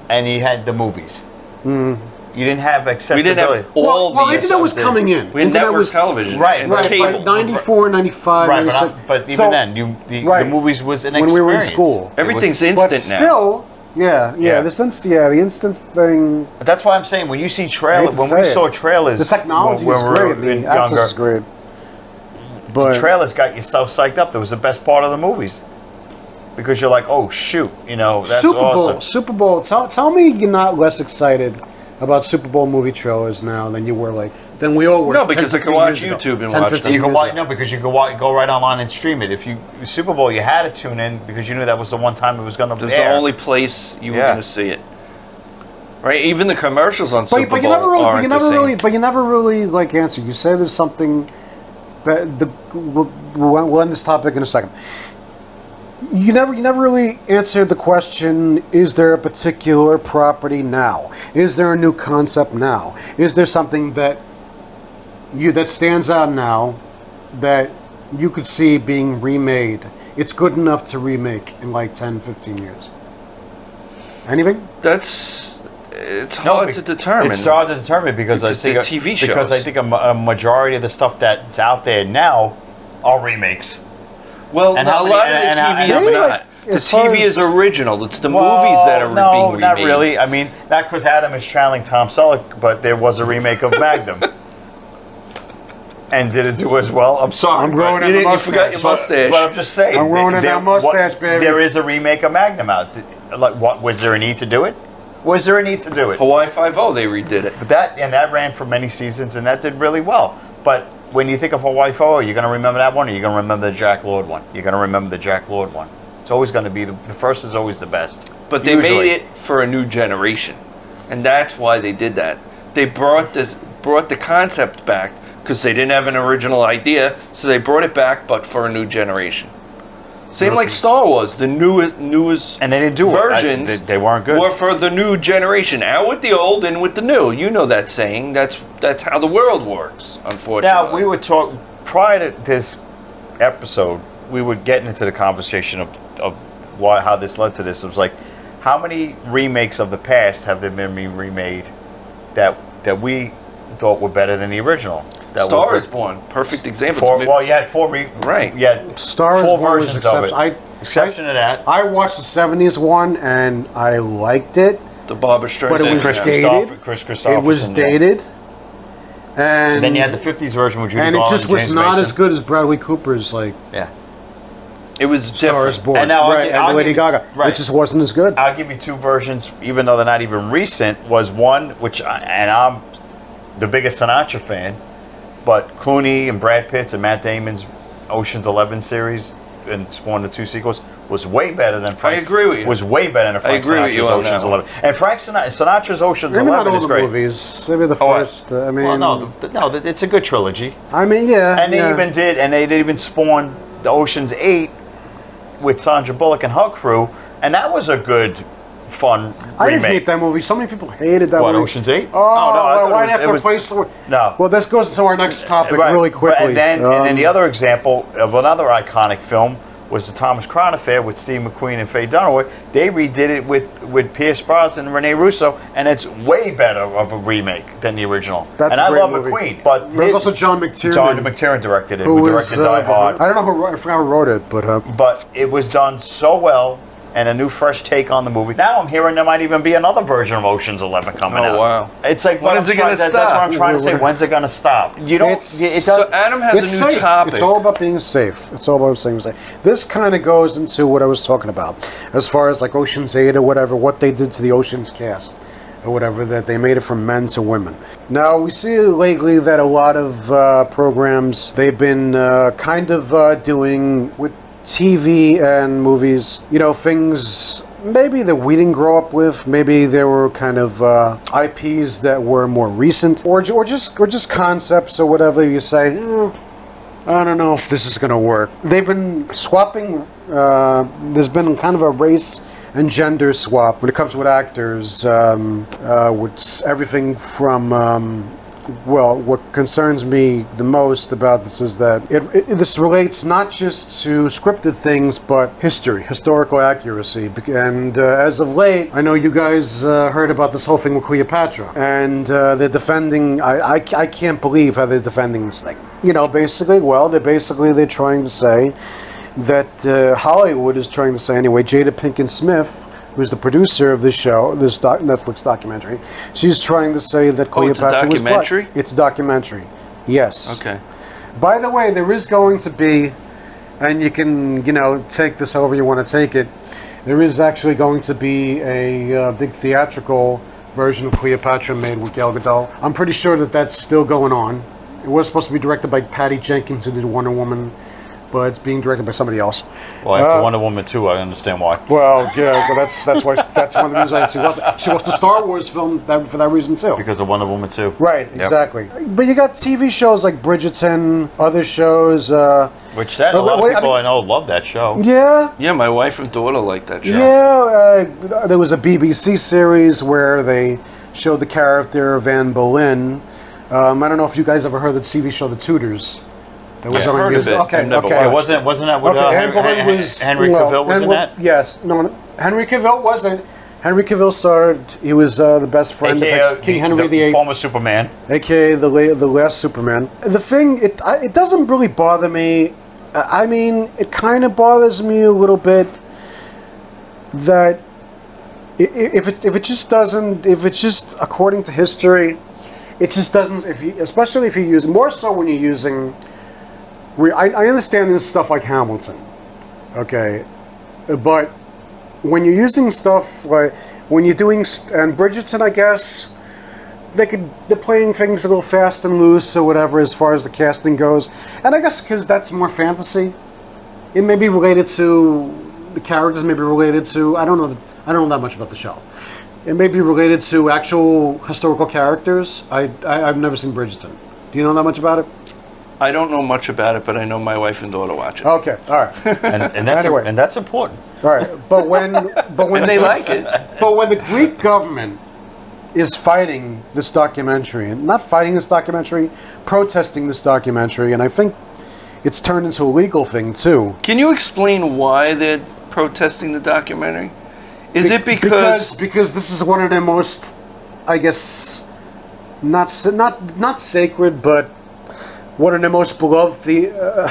S4: and you had the movies.
S3: Mm-hmm.
S4: You didn't have
S2: We
S4: accessibility.
S2: didn't have all
S3: Well- well,
S2: the
S3: internet was
S2: access-
S3: coming in.
S2: We had
S3: Internet
S2: network
S3: was-
S2: television,
S4: Right,
S2: and
S4: right,
S3: right,
S2: cable.
S3: but 94, 95,
S4: right, but,
S3: 96.
S4: I'm- but even
S3: So-
S4: then, you the,
S3: right.
S4: the movies was an
S3: When we were in
S4: experience.
S3: school.
S4: It was-
S2: Everything's
S3: but
S2: instant now.
S3: still, yeah, yeah,
S4: Yeah.
S3: this instant, yeah, the instant thing.
S4: But that's why I'm saying when you see
S3: I hate
S4: trailers,
S3: to
S4: when
S3: say
S4: we
S3: it.
S4: saw trailers,
S3: the technology
S4: when
S3: is
S4: we were
S3: great, the access
S4: younger,
S3: is great, but
S4: trailers got you so psyched up. That was the best part of the movies because you're like, oh shoot, you know, that's
S3: Super Bowl,
S4: awesome.
S3: Super Bowl. Tell, tell me you're not less excited about Super Bowl movie trailers now than you were like than we all were.
S2: No,
S3: 10,
S2: because I can
S3: 15
S2: watch
S3: years ago.
S2: YouTube and
S3: 10,
S2: watch
S3: 15
S2: them.
S4: You can
S3: years
S4: watch
S3: ago.
S4: no because you can wa go right online and stream it. If you Super Bowl, you had to tune in because you knew that was the one time it was going to be
S2: There's the only place you were
S4: Yeah.
S2: gonna see it. Right? Even the commercials on Super
S3: But, but you
S2: Bowl
S3: never really, but
S2: aren't
S3: you
S2: the
S3: never
S2: same.
S3: really, but you never really like answer. You say there's something that the we'll, we'll end this topic in a second. You never, you never really answered the question: Is there a particular property now? Is there a new concept now? Is there something that you that stands out now that you could see being remade? It's good enough to remake in like 10, 15 years. Anything?
S2: That's it's
S4: No,
S2: hard
S4: be-
S2: to determine.
S4: It's hard to determine because I
S2: Because
S4: think
S2: the
S4: a-
S2: TV
S4: because
S2: shows.
S4: I think a, ma- a majority of the stuff that's out there now are remakes.
S2: Well,
S4: And
S2: no,
S4: how
S2: a
S4: many-
S2: lot
S4: and-
S2: of
S4: and
S2: the
S4: how-
S2: TV
S4: and how
S2: is
S4: many-
S2: not. The
S3: As far
S2: TV
S3: as-
S2: is original. It's the movies that are
S4: no,
S2: being remade.
S4: not really. I mean, not because Adam is channeling Tom Selleck, but there was a remake of Magnum. And did it do as well? I'm sorry.
S3: I'm
S4: but-
S3: growing
S2: You,
S3: out the
S2: didn't- you forgot your
S3: mustache.
S2: mustache.
S4: But I'm just saying.
S3: I'm ruining
S4: th-
S3: that
S4: what-
S3: mustache, baby.
S4: There is a remake of Magnum out. Th- Like, what was there a need to do it? Was there a need to do it?
S2: Hawaii Five O, they redid it.
S4: But that and that ran for many seasons, and that did really well. But when you think of Hawaii Five-O, you're going to remember that one, or you're going to remember the Jack Lord one. You're going to remember the Jack Lord one. It's always going to be the, the first is always the best.
S2: But they
S4: Usually.
S2: made it for a new generation, and that's why they did that. They brought this, brought the concept back because they didn't have an original idea, so they brought it back, but for a new generation. Same like Star Wars, the newest newest
S4: And they didn't do it. I-
S2: versions.
S4: they- they weren't good.
S2: Were for the new generation, out with the old, in with the new. You know that saying. That's that's how the world works. Unfortunately,
S4: Now we were talking prior to this episode. We were getting into the conversation of, of why how this led to this. It was like How many remakes of the past have there been re- remade that that we thought were better than the original? That
S2: Star
S4: were-
S2: is Born, perfect example.
S4: Four,
S2: It's-
S4: well, you had four. Re-
S2: Right.
S4: You had
S3: Star is
S4: four
S3: Born was
S4: versions of it.
S3: exception- I-
S4: exception to that.
S3: I watched the '70s one and I liked it.
S2: the Barbara Streisand.
S3: But it was
S2: example.
S3: dated.
S4: Christopher- Chris
S3: It
S4: Christopherson,
S3: was
S4: yeah.
S3: dated, and,
S4: And then you had the '50s version with Judy
S3: and it
S4: Garland
S3: just
S4: and
S3: was
S4: James
S3: not
S4: Mason.
S3: as good as Bradley Cooper's like
S4: Yeah.
S2: It was
S3: Star
S2: different.
S3: is Born,
S4: And now I'll
S3: right?
S4: gi- I'll
S3: and Lady
S4: give you-
S3: Gaga.
S4: right.
S3: It just wasn't as good.
S4: I'll give you two versions, even though they're not even recent. Was one which, I- and I'm the biggest Sinatra fan, but Clooney and Brad Pitt's and Matt Damon's Ocean's Eleven series and spawned the two sequels was way better than Frank.
S2: agree with you.
S4: Was way better than Frank
S2: agree with
S4: Sinatra's
S2: you on that
S4: Ocean's
S2: one.
S4: Eleven. And Frank Sinatra, Sinatra's Ocean's
S3: Maybe not
S4: Eleven
S3: all
S4: is
S3: the
S4: great.
S3: movies. Maybe the
S4: Oh, I-
S3: first. uh, I mean,
S4: Well, no, th- no, th- it's a good trilogy.
S3: I mean, yeah.
S4: And they
S3: yeah.
S4: even did, and they did even spawn the Ocean's Eight with Sandra Bullock and her crew, and that was a good, fun
S3: I didn't
S4: remake.
S3: hate that movie. So many people hated that
S4: What,
S3: movie.
S4: Ocean's Eight?
S3: Oh,
S4: No, no, I
S3: well,
S4: thought it
S3: right
S4: was-
S3: after
S4: it was-
S3: Place. the-
S4: No.
S3: Well, this goes to our next topic
S4: Right.
S3: really quickly.
S4: And then, and then the
S3: Um,
S4: other example of another iconic film was the Thomas Crown Affair with Steve McQueen and Faye Dunaway. They redid it with with Pierce Brosnan and Rene Russo, and it's way better of a remake than the original.
S3: That's
S4: and
S3: a
S4: I
S3: great
S4: love
S3: movie.
S4: McQueen, but
S3: There's
S4: his-
S3: also John McTiernan.
S4: John McTiernan directed it. Who,
S3: was,
S4: directed
S3: uh,
S4: Die Hard?
S3: I don't know who wrote, I forgot who wrote it, but uh,
S4: but it was done so well and a new fresh take on the movie. Now I'm hearing there might even be another version of Ocean's Eleven coming
S2: Oh,
S4: out.
S2: wow.
S4: It's like
S2: When
S4: what
S2: is
S4: I'm
S2: it gonna
S4: trying- that- That's what I'm
S2: stop?
S4: trying to say.
S3: We're-
S4: When's it going to stop? You don't.
S3: It's-
S4: it
S2: So
S4: does.
S2: Adam has
S3: it's
S2: a new
S3: safe.
S2: topic.
S3: It's all about being safe. It's all about being safe. This kind of goes into what I was talking about, as far as like Ocean's Eight or whatever, what they did to the Ocean's cast or whatever, that they made it from men to women. Now we see lately that a lot of uh, programs they've been uh, kind of uh, doing with TV and movies, you know, things maybe that we didn't grow up with. Maybe there were kind of uh, IPs that were more recent, or, ju- or just or just concepts or whatever you say. "Eh, I don't know if this is going to work. They've been swapping. Uh, there's been kind of a race and gender swap when it comes with actors, um, uh, with s- everything from. Um, well, what concerns me the most about this is that it, it, this relates not just to scripted things, but history, historical accuracy. Bec- And uh, as of late, I know you guys uh, heard about this whole thing with Cleopatra, and uh, they're defending. I, I, I can't believe how they're defending this thing you know, basically, well, they're basically they're trying to say that uh, Hollywood is trying to say anyway. Jada Pinkett Smith, who's the producer of this show, this doc- Netflix documentary, she's trying to say that
S2: Oh, it's a
S3: Cleopatra was black.
S2: documentary?
S3: It's a documentary. Yes.
S2: Okay.
S3: By the way, there is going to be, and you can, you know, take this however you want to take it, there is actually going to be a uh, big theatrical version of Cleopatra made with Gal Gadot. I'm pretty sure that that's still going on. It was supposed to be directed by Patty Jenkins, who did Wonder Woman, but it's being directed by somebody else.
S4: well, after Wonder Woman two, I understand why.
S3: uh, Well, yeah, but that's that's why that's one of the reasons why she was she watched the Star Wars film that, for that reason too.
S4: Because of Wonder Woman two.
S3: Right,
S4: Yep.
S3: exactly. But you got TV shows like Bridgerton, other shows. Uh,
S4: Which that a
S3: Well,
S4: lot of
S3: wait, I
S4: people I,
S3: mean-
S4: know love that show.
S3: yeah,
S2: Yeah, my wife and daughter like that show.
S3: Yeah, uh, there was a BBC series where they showed the character of Anne Boleyn. Um, I don't know if you guys ever heard of the TV show The Tudors. That was
S2: Yeah, heard of
S3: USA.
S2: it.
S3: Okay,
S2: I've never
S3: okay.
S2: watched
S4: It wasn't. Wasn't that with
S3: okay,
S4: uh,
S3: Anne
S4: Henry,
S3: Boleyn
S4: Hen-
S3: was
S4: Henry
S3: well,
S4: Cavill? Was
S3: Anne
S4: in
S3: Bo-
S4: that?
S3: Yes, no, no, Henry Cavill wasn't. Henry Cavill starred. He was uh, the best friend
S4: AKA,
S3: of King Henry
S4: the
S3: VIII
S4: former Superman.
S3: aka the la- the last Superman. The thing it I, it doesn't really bother me. I I mean, it kind of bothers me a little bit that i- i- if it if it just doesn't if it's just according to history, it just doesn't. If you especially if you use more so when you're using, re- I, I understand this stuff like Hamilton, okay, but when you're using stuff like when you're doing st- and Bridgerton, I guess they could they're playing things a little fast and loose or whatever as far as the casting goes and i guess because that's more fantasy it may be related to the characters may be related to i don't know i don't know that much about the show it may be related to actual historical characters i, I i've never seen bridgerton do you know that much about it
S2: I don't know much about it, but I know my wife and daughter watch it.
S3: okay all right
S4: And, and that's
S3: Anyway.
S4: and that's important.
S3: all right but when but when
S2: And they like it.
S3: But when the Greek government is fighting this documentary, and not fighting this documentary, protesting this documentary, and I think it's turned into a legal thing too.
S2: Can you explain why they're protesting the documentary? Is it because,
S3: because because this is one of their most, I guess, not sa- not not sacred, but one of their most beloved. The uh,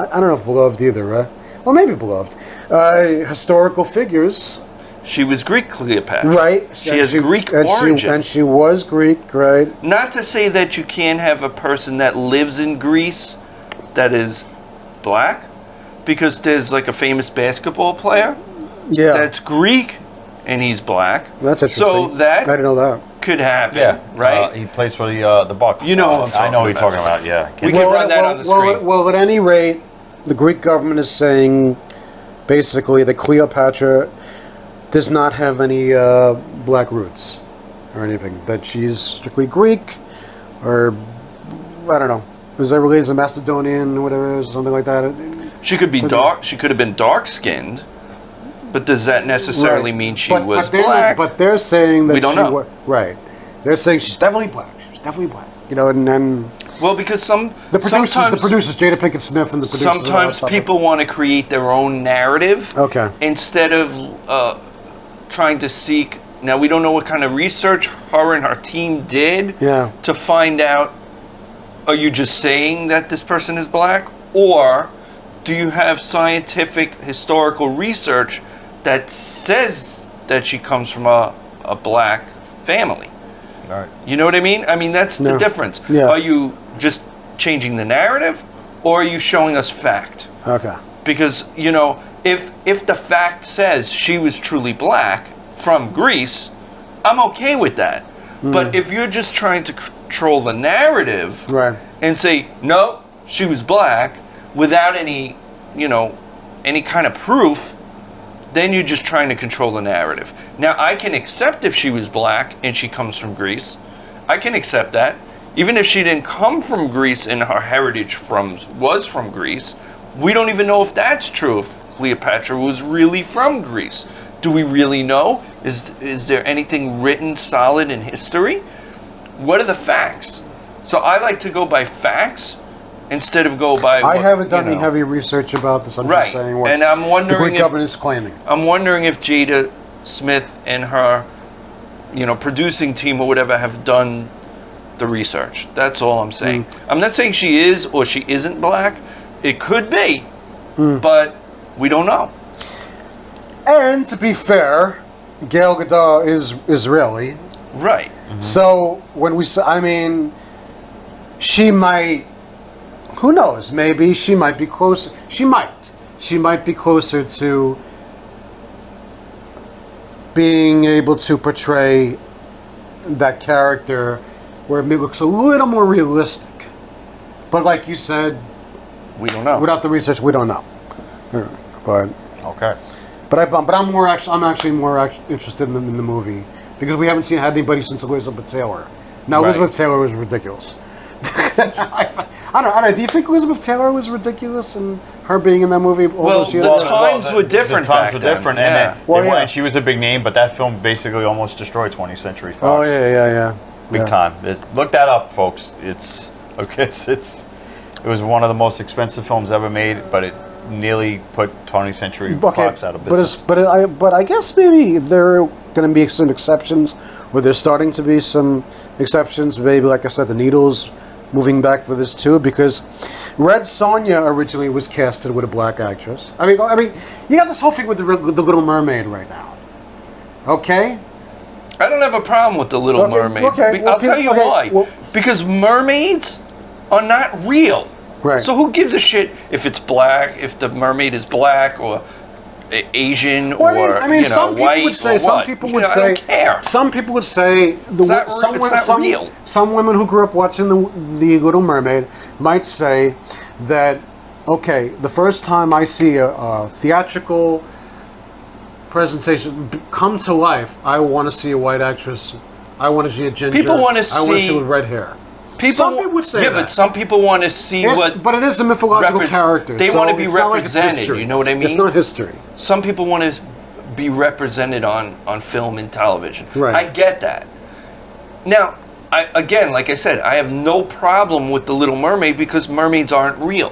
S3: I, I don't know if beloved either, right? Well, maybe beloved. Uh, historical figures,
S2: she was Greek Cleopatra?
S3: right?
S2: She
S3: And
S2: has Greek
S3: and She,
S2: origin.
S3: and she was Greek, right?
S2: Not to say that you can't have a person that lives in Greece that is black, because there's like a famous basketball player
S3: Yeah,
S2: that's Greek and he's black.
S3: that's interesting.
S2: So that
S3: I didn't know that.
S2: could happen,
S4: Yeah,
S2: right?
S4: Uh, he plays for the uh, the Buck.
S2: You know what I'm
S4: I know what you're
S2: talking
S4: talking about. Yeah.
S2: We can run that on the
S3: well,
S2: screen.
S3: Well, at any rate, the Greek government is saying basically that Cleopatra does not have any uh, black roots or anything, that she's strictly Greek or I don't know. Is that related to Macedonian or whatever, something like that?
S2: she could be dark. She could have been dark skinned, but does that necessarily
S3: Right.
S2: mean she
S3: But-
S2: was
S3: but they're,
S2: black?
S3: But they're saying that
S2: We don't
S3: she
S2: know.
S3: wa- right. They're saying she's definitely black. She's definitely black. You know, and then
S2: well, because some
S3: the producers, the
S2: sometimes,
S3: producers, Jada Pinkett Smith, and the producers. and all that
S2: sometimes
S3: stuff.
S2: people want to create their own narrative.
S3: Okay.
S2: instead of uh, trying to seek. Now we don't know what kind of research her and her team did
S3: Yeah.
S2: to find out. Are you just saying that this person is black, or do you have scientific historical research that says that she comes from a, a black family?
S4: All right.
S2: You know what I mean? I mean that's the
S3: No.
S2: difference.
S3: Yeah.
S2: Are you just changing the narrative, or are you showing us fact?
S3: Okay.
S2: because you know if if the fact says she was truly black from Greece, I'm okay with that. But if you're just trying to control the narrative
S3: Right.
S2: and say no, she was black without any, you know, any kind of proof, then you're just trying to control the narrative. Now, I can accept if she was black and she comes from Greece. I can accept that. Even if she didn't come from Greece and her heritage from was from Greece, we don't even know if that's true if Cleopatra was really from Greece. Do we really know? Is is there anything written solid in history? What are the facts? So I like to go by facts instead of go by
S3: I
S2: what-
S3: haven't done
S2: you
S3: any
S2: know.
S3: heavy research about this. I'm
S2: Right.
S3: just saying what
S2: And I'm
S3: the
S2: wondering
S3: Greek
S2: if-
S3: government is claiming.
S2: I'm wondering if Jada Smith and her, you know, producing team or whatever have done the research. That's all I'm saying. I'm not saying she is or she isn't black. It could be, but we don't know.
S3: And to be fair, Gail Gadot is Israeli,
S2: Right.
S3: Hmm. so when we, s- I mean, she might. Who knows? Maybe she might be closer. She might. She might be closer to being able to portray that character where it looks a little more realistic. But like you said,
S2: We don't know.
S3: Without the research, we don't know. But
S4: Okay.
S3: but I but I'm more actually I'm actually more act- interested in the, in the movie because we haven't seen had anybody since Elizabeth Taylor. Now
S2: Right.
S3: Elizabeth Taylor was ridiculous. I, I don't, I don't. Do you think Elizabeth Taylor was ridiculous and her being in that movie? all
S2: Well,
S3: those years
S2: the
S3: ago?
S2: time- Times were different
S4: The times
S2: back
S4: were
S2: then,
S4: different,
S2: yeah.
S4: and, they-
S3: Well,
S4: they went-
S3: yeah.
S4: and she was a big name, but that film basically almost destroyed 20th Century Fox.
S3: oh yeah, yeah, yeah.
S4: big
S3: Yeah.
S4: time. It's- look that up, folks. It's okay. It's, it's it was one of the most expensive films ever made, but it nearly put 20th Century Fox out of
S3: but it's
S4: business.
S3: but I but I guess maybe there are going to be some exceptions, or there's starting to be some exceptions. Maybe like I said, the Needles moving back for this too, because Red Sonja originally was casted with a black actress. I mean, I mean, you got this whole thing with the, with the Little Mermaid right now. Okay,
S2: I don't have a problem with the Little
S3: Okay,
S2: Mermaid.
S3: okay,
S2: Be-
S3: well,
S2: I'll tell
S3: peop-
S2: you
S3: okay,
S2: why.
S3: well-
S2: because mermaids are not real.
S3: Right.
S2: So who gives a shit if it's black, if the mermaid is black or a- Asian
S3: Well,
S2: or
S3: I mean, I mean
S2: you know,
S3: some
S2: white
S3: people would
S2: or
S3: say some
S2: what?
S3: people
S2: You
S3: would
S2: know,
S3: say
S2: I don't care.
S3: some people would say the
S2: It's not
S3: wo-
S2: re-
S3: some
S2: it's
S3: women-
S2: not
S3: some,
S2: real.
S3: some women who grew up watching the the Little Mermaid might say that okay, the first time I see a, a theatrical presentation b- come to life, I want to see a white actress. I want to see a ginger.
S2: People wanna
S3: I want to
S2: see-
S3: see with red hair.
S2: people,
S3: some people would say
S2: yeah,
S3: that.
S2: but some people want to see
S3: It's-
S2: what
S3: but it is a mythological
S2: repre-
S3: character.
S2: they
S3: so
S2: wanna be
S3: it's not like it's
S2: represented,
S3: history.
S2: you know what I
S3: It's
S2: mean?
S3: not history.
S2: some people want to be represented on on film and television.
S3: Right.
S2: I get that. Now, I, again, like I said, I have no problem with the Little Mermaid because mermaids aren't real.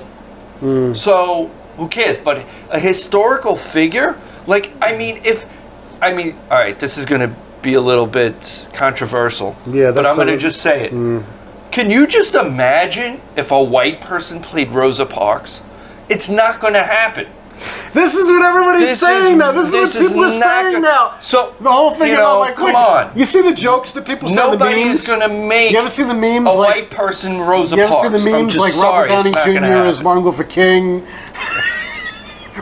S3: Hmm.
S2: So who cares? But a historical figure, like I mean, if I mean, all right, this is going to be a little bit controversial.
S3: Yeah,
S2: but
S3: that's Hmm.
S2: I'm going to
S3: some-
S2: just say it. Can you just imagine if a white person played Rosa Parks? It's not going to happen.
S3: This is what everybody's
S2: This
S3: saying
S2: is-
S3: now. This,
S2: this
S3: is what people
S2: is
S3: are
S2: not
S3: saying
S2: go-
S3: now.
S2: So,
S3: the whole thing
S2: you
S3: about
S2: know,
S3: like,
S2: come
S3: wait,
S2: on.
S3: You see the jokes that people say, the
S2: Nobody is
S3: memes.
S2: going to make.
S3: You ever seen the memes
S2: A
S3: like-
S2: white person Rosa
S3: you ever
S2: Parks.
S3: see the
S2: I'm
S3: memes
S2: just
S3: like
S2: sorry,
S3: Robert Downey
S2: it's not gonna
S3: Jr. as
S2: happen.
S3: Martin Luther King,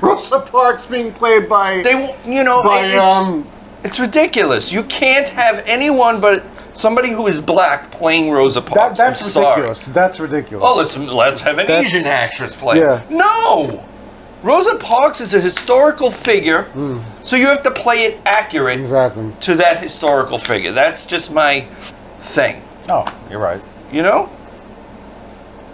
S3: Rosa Parks being played by
S2: They, won't- you know,
S3: by
S2: it's,
S3: um,
S2: it's ridiculous. You can't have anyone but somebody who is black playing Rosa
S3: that,
S2: Parks.
S3: that's
S2: I'm sorry.
S3: ridiculous. That's ridiculous.
S2: Oh, let's let's have an
S3: That's-
S2: Asian actress play.
S3: yeah.
S2: No, Rosa Parks is a historical figure, so you have to play it accurate
S3: Hmm. exactly.
S2: to that historical figure. That's just my thing.
S4: No, Oh, you're right.
S2: You know,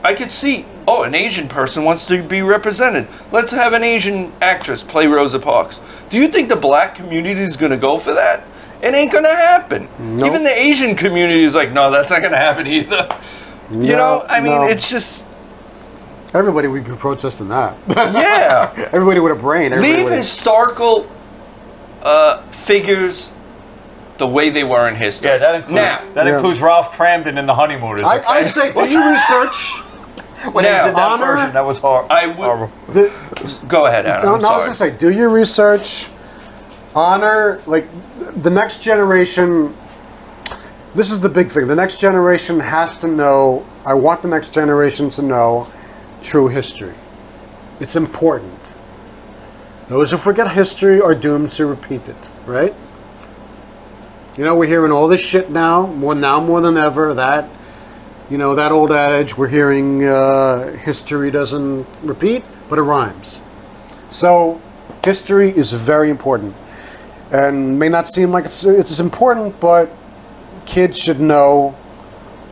S2: I could see. Oh, an Asian person wants to be represented. Let's have an Asian actress play Rosa Parks. Do you think the black community is going to go for that? It ain't going to happen.
S3: Nope.
S2: Even the Asian community is like, no, that's not going to happen either. You
S3: No,
S2: know, I mean,
S3: no.
S2: it's just.
S3: Everybody would be protesting that.
S2: Yeah.
S3: Everybody with a brain. Everybody
S2: Leave
S3: with a-
S2: historical uh, figures the way they were in history.
S4: Yeah, that includes
S2: now.
S4: that
S3: Yeah.
S4: includes Ralph Cramden in the Honeymooners.
S3: I, I say, do you research?
S4: when
S2: now.
S4: they did that
S3: Honor-
S4: version, that was hor-
S2: I would-
S4: horrible.
S3: The,
S2: Go ahead, Adam.
S3: no,
S2: I'm
S3: no, I was
S2: sorry.
S3: gonna say, do your research. Honor, like the next generation. This is the big thing. The next generation has to know. I want the next generation to know true history. It's important. Those who forget history are doomed to repeat it. Right? You know, we're hearing all this shit now, more now more than ever. That, you know, that old adage we're hearing: uh, history doesn't repeat, but it rhymes. So, history is very important, and may not seem like it's it's as important, but kids should know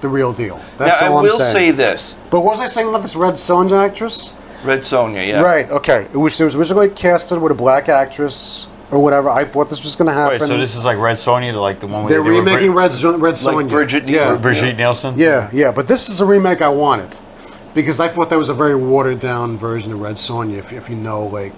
S3: the real deal. That's
S2: now,
S3: all
S2: I
S3: I'm
S2: will
S3: saying.
S2: say this.
S3: But was I saying about this Red Sonja actress?
S2: Red Sonja, yeah.
S3: Right. Okay. It was, it was originally casted with a black actress or whatever. I thought this was going to happen.
S4: Wait, so this is like Red Sonja, like the one where
S3: They're
S4: they did with
S3: remaking
S4: Brid-
S3: Red, Zo- Red Sonja.
S2: Bridget
S3: yeah.
S2: Nielsen.
S4: Brigitte Nielsen.
S3: Yeah, yeah, but this is a remake I wanted because I thought that was a very watered down version of Red Sonja. If, if you know, like,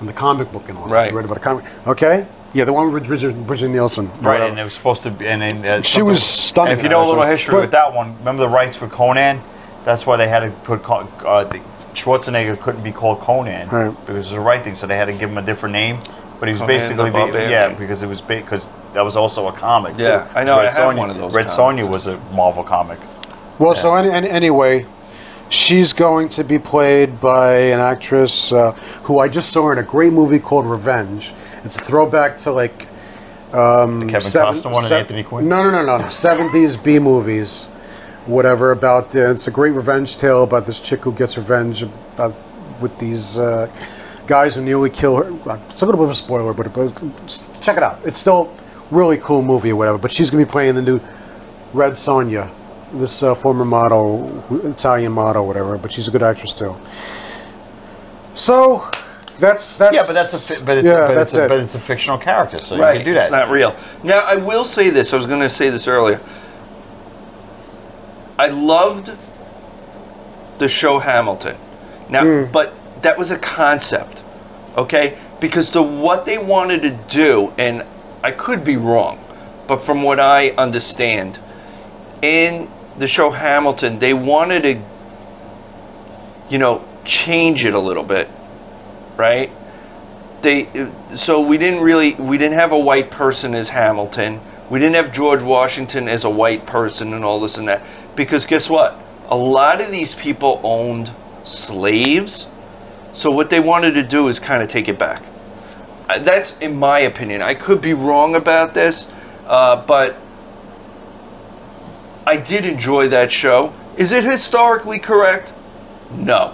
S3: in the comic book and all, that.
S2: Right.
S3: You read about the comic. Okay, yeah, the one with Bridget, Bridget Nielsen.
S4: Right, and it was supposed to be. And, and uh,
S3: She
S4: something-
S3: was stunning,
S4: and if you know a little
S3: actually.
S4: history
S3: But-
S4: with that one, remember the rights with Conan? That's why they had to put Con- uh, the, Schwarzenegger couldn't be called Conan
S3: Right.
S4: because it was the right thing, so they had to give him a different name. But he was
S2: Conan the
S4: basically, be-
S2: Barbarian.
S4: yeah, because it was because that was also a comic.
S2: Yeah,
S4: too.
S2: I know,
S4: Red
S2: I have
S4: Sonja-
S2: one of those
S4: Red
S2: comics.
S4: Sonja was a Marvel comic.
S3: well, so any, any, anyway, she's going to be played by an actress uh, who I just saw in a great movie called Revenge. It's a throwback to like
S4: Kevin
S3: Mm, seven-
S4: Costner one
S3: se-
S4: and Anthony Quinn.
S3: No, no, no, no, no. Seventies B movies, whatever. About the, it's a great revenge tale about this chick who gets revenge about with these uh, guys who nearly kill her. Uh, It's a little bit of a spoiler, but, but s- check it out. It's still really cool movie or whatever. But she's gonna be playing the new Red Sonja, this uh, former model, who- Italian model, whatever. But she's a good actress too. So. That's that's
S4: Yeah, but that's a fi- but it's,
S3: yeah,
S4: but,
S3: that's
S4: it's a,
S3: it.
S4: but it's a fictional character, so
S2: Right.
S4: you can do that.
S2: It's not real. Now, I will say this. I was going to say this earlier. I loved the show Hamilton. Now, but that was a concept, okay? Because the what they wanted to do, and I could be wrong, but from what I understand, in the show Hamilton, they wanted to, you know, change it a little bit, right? They so we didn't really we didn't have a white person as Hamilton. We didn't have George Washington as a white person and all this and that because guess what? A lot of these people owned slaves. So what they wanted to do is kind of take it back. Uh, That's in my opinion. I could be wrong about this, uh, but I did enjoy that show. Is it historically correct? No.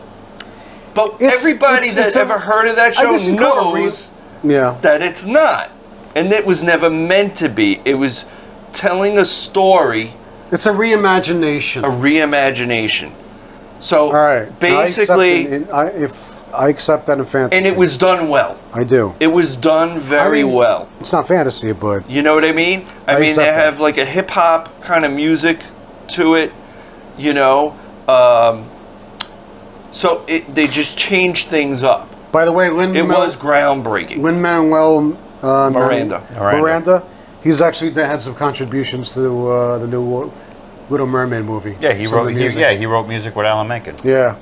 S2: But
S3: It's-
S2: everybody
S3: it's-
S2: that's
S3: it's a-
S2: ever heard of that
S3: I
S2: show
S3: guess you call it a
S2: knows
S3: yeah.
S2: that it's not. And it was never meant to be. It was telling a story,
S3: It's a reimagination.
S2: a reimagination. So
S3: All right.
S2: basically,
S3: I accept, in- I, if I accept that in fantasy,
S2: and it was done well.
S3: I do.
S2: It was done very
S3: I mean-
S2: well.
S3: It's not fantasy, but
S2: You know what I mean? I,
S3: I
S2: mean, they
S3: accept that.
S2: have like a hip hop kind of music to it, you know? Um, so it, they just changed things up.
S3: by the way, Lin
S2: It was groundbreaking.
S3: Lin Manuel Um,
S2: Miranda.
S4: Miranda.
S3: Miranda. He's actually they had some contributions to uh, the new Wo- Little Mermaid movie.
S4: Yeah, he
S3: Some of
S4: wrote.
S3: the
S4: He,
S3: music.
S4: yeah, he wrote music with Alan Menken.
S3: Yeah.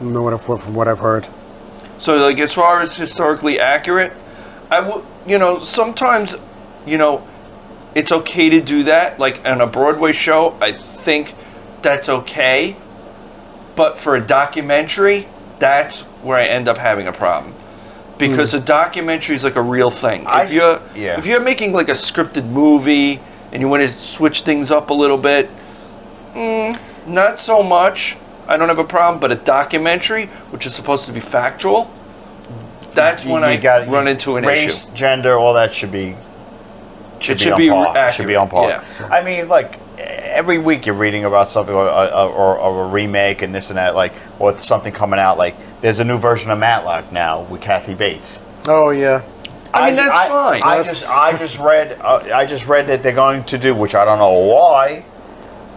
S3: Know what I've- from what I've heard.
S2: So, like, as far as historically accurate, I will, you know, sometimes, you know, it's okay to do that. Like, on a Broadway show, I think that's okay. But for a documentary, that's where I end up having a problem. Because a documentary is like a real thing.
S4: Hmm. I-
S2: If you're
S4: yeah.
S2: if you're making like a scripted movie and you want to switch things up a little bit, not so much. I don't have a problem, but a documentary, which is supposed to be factual, that's when I
S4: gotta-
S2: run into an
S4: race,
S2: issue.
S4: gender, all that should be should
S2: It
S4: be
S2: should
S4: on
S2: be
S4: par.
S2: accurate,
S4: Should be on par.
S2: yeah.
S4: I mean, like every week you're reading about something or, or, or, or a remake and this and that, like or something coming out. Like there's a new version of Matlock now with Kathy Bates.
S3: Oh yeah.
S2: I mean, that's fine.
S4: I
S3: That's-
S4: just I just read uh, I just read that they're going to do, which I don't know why,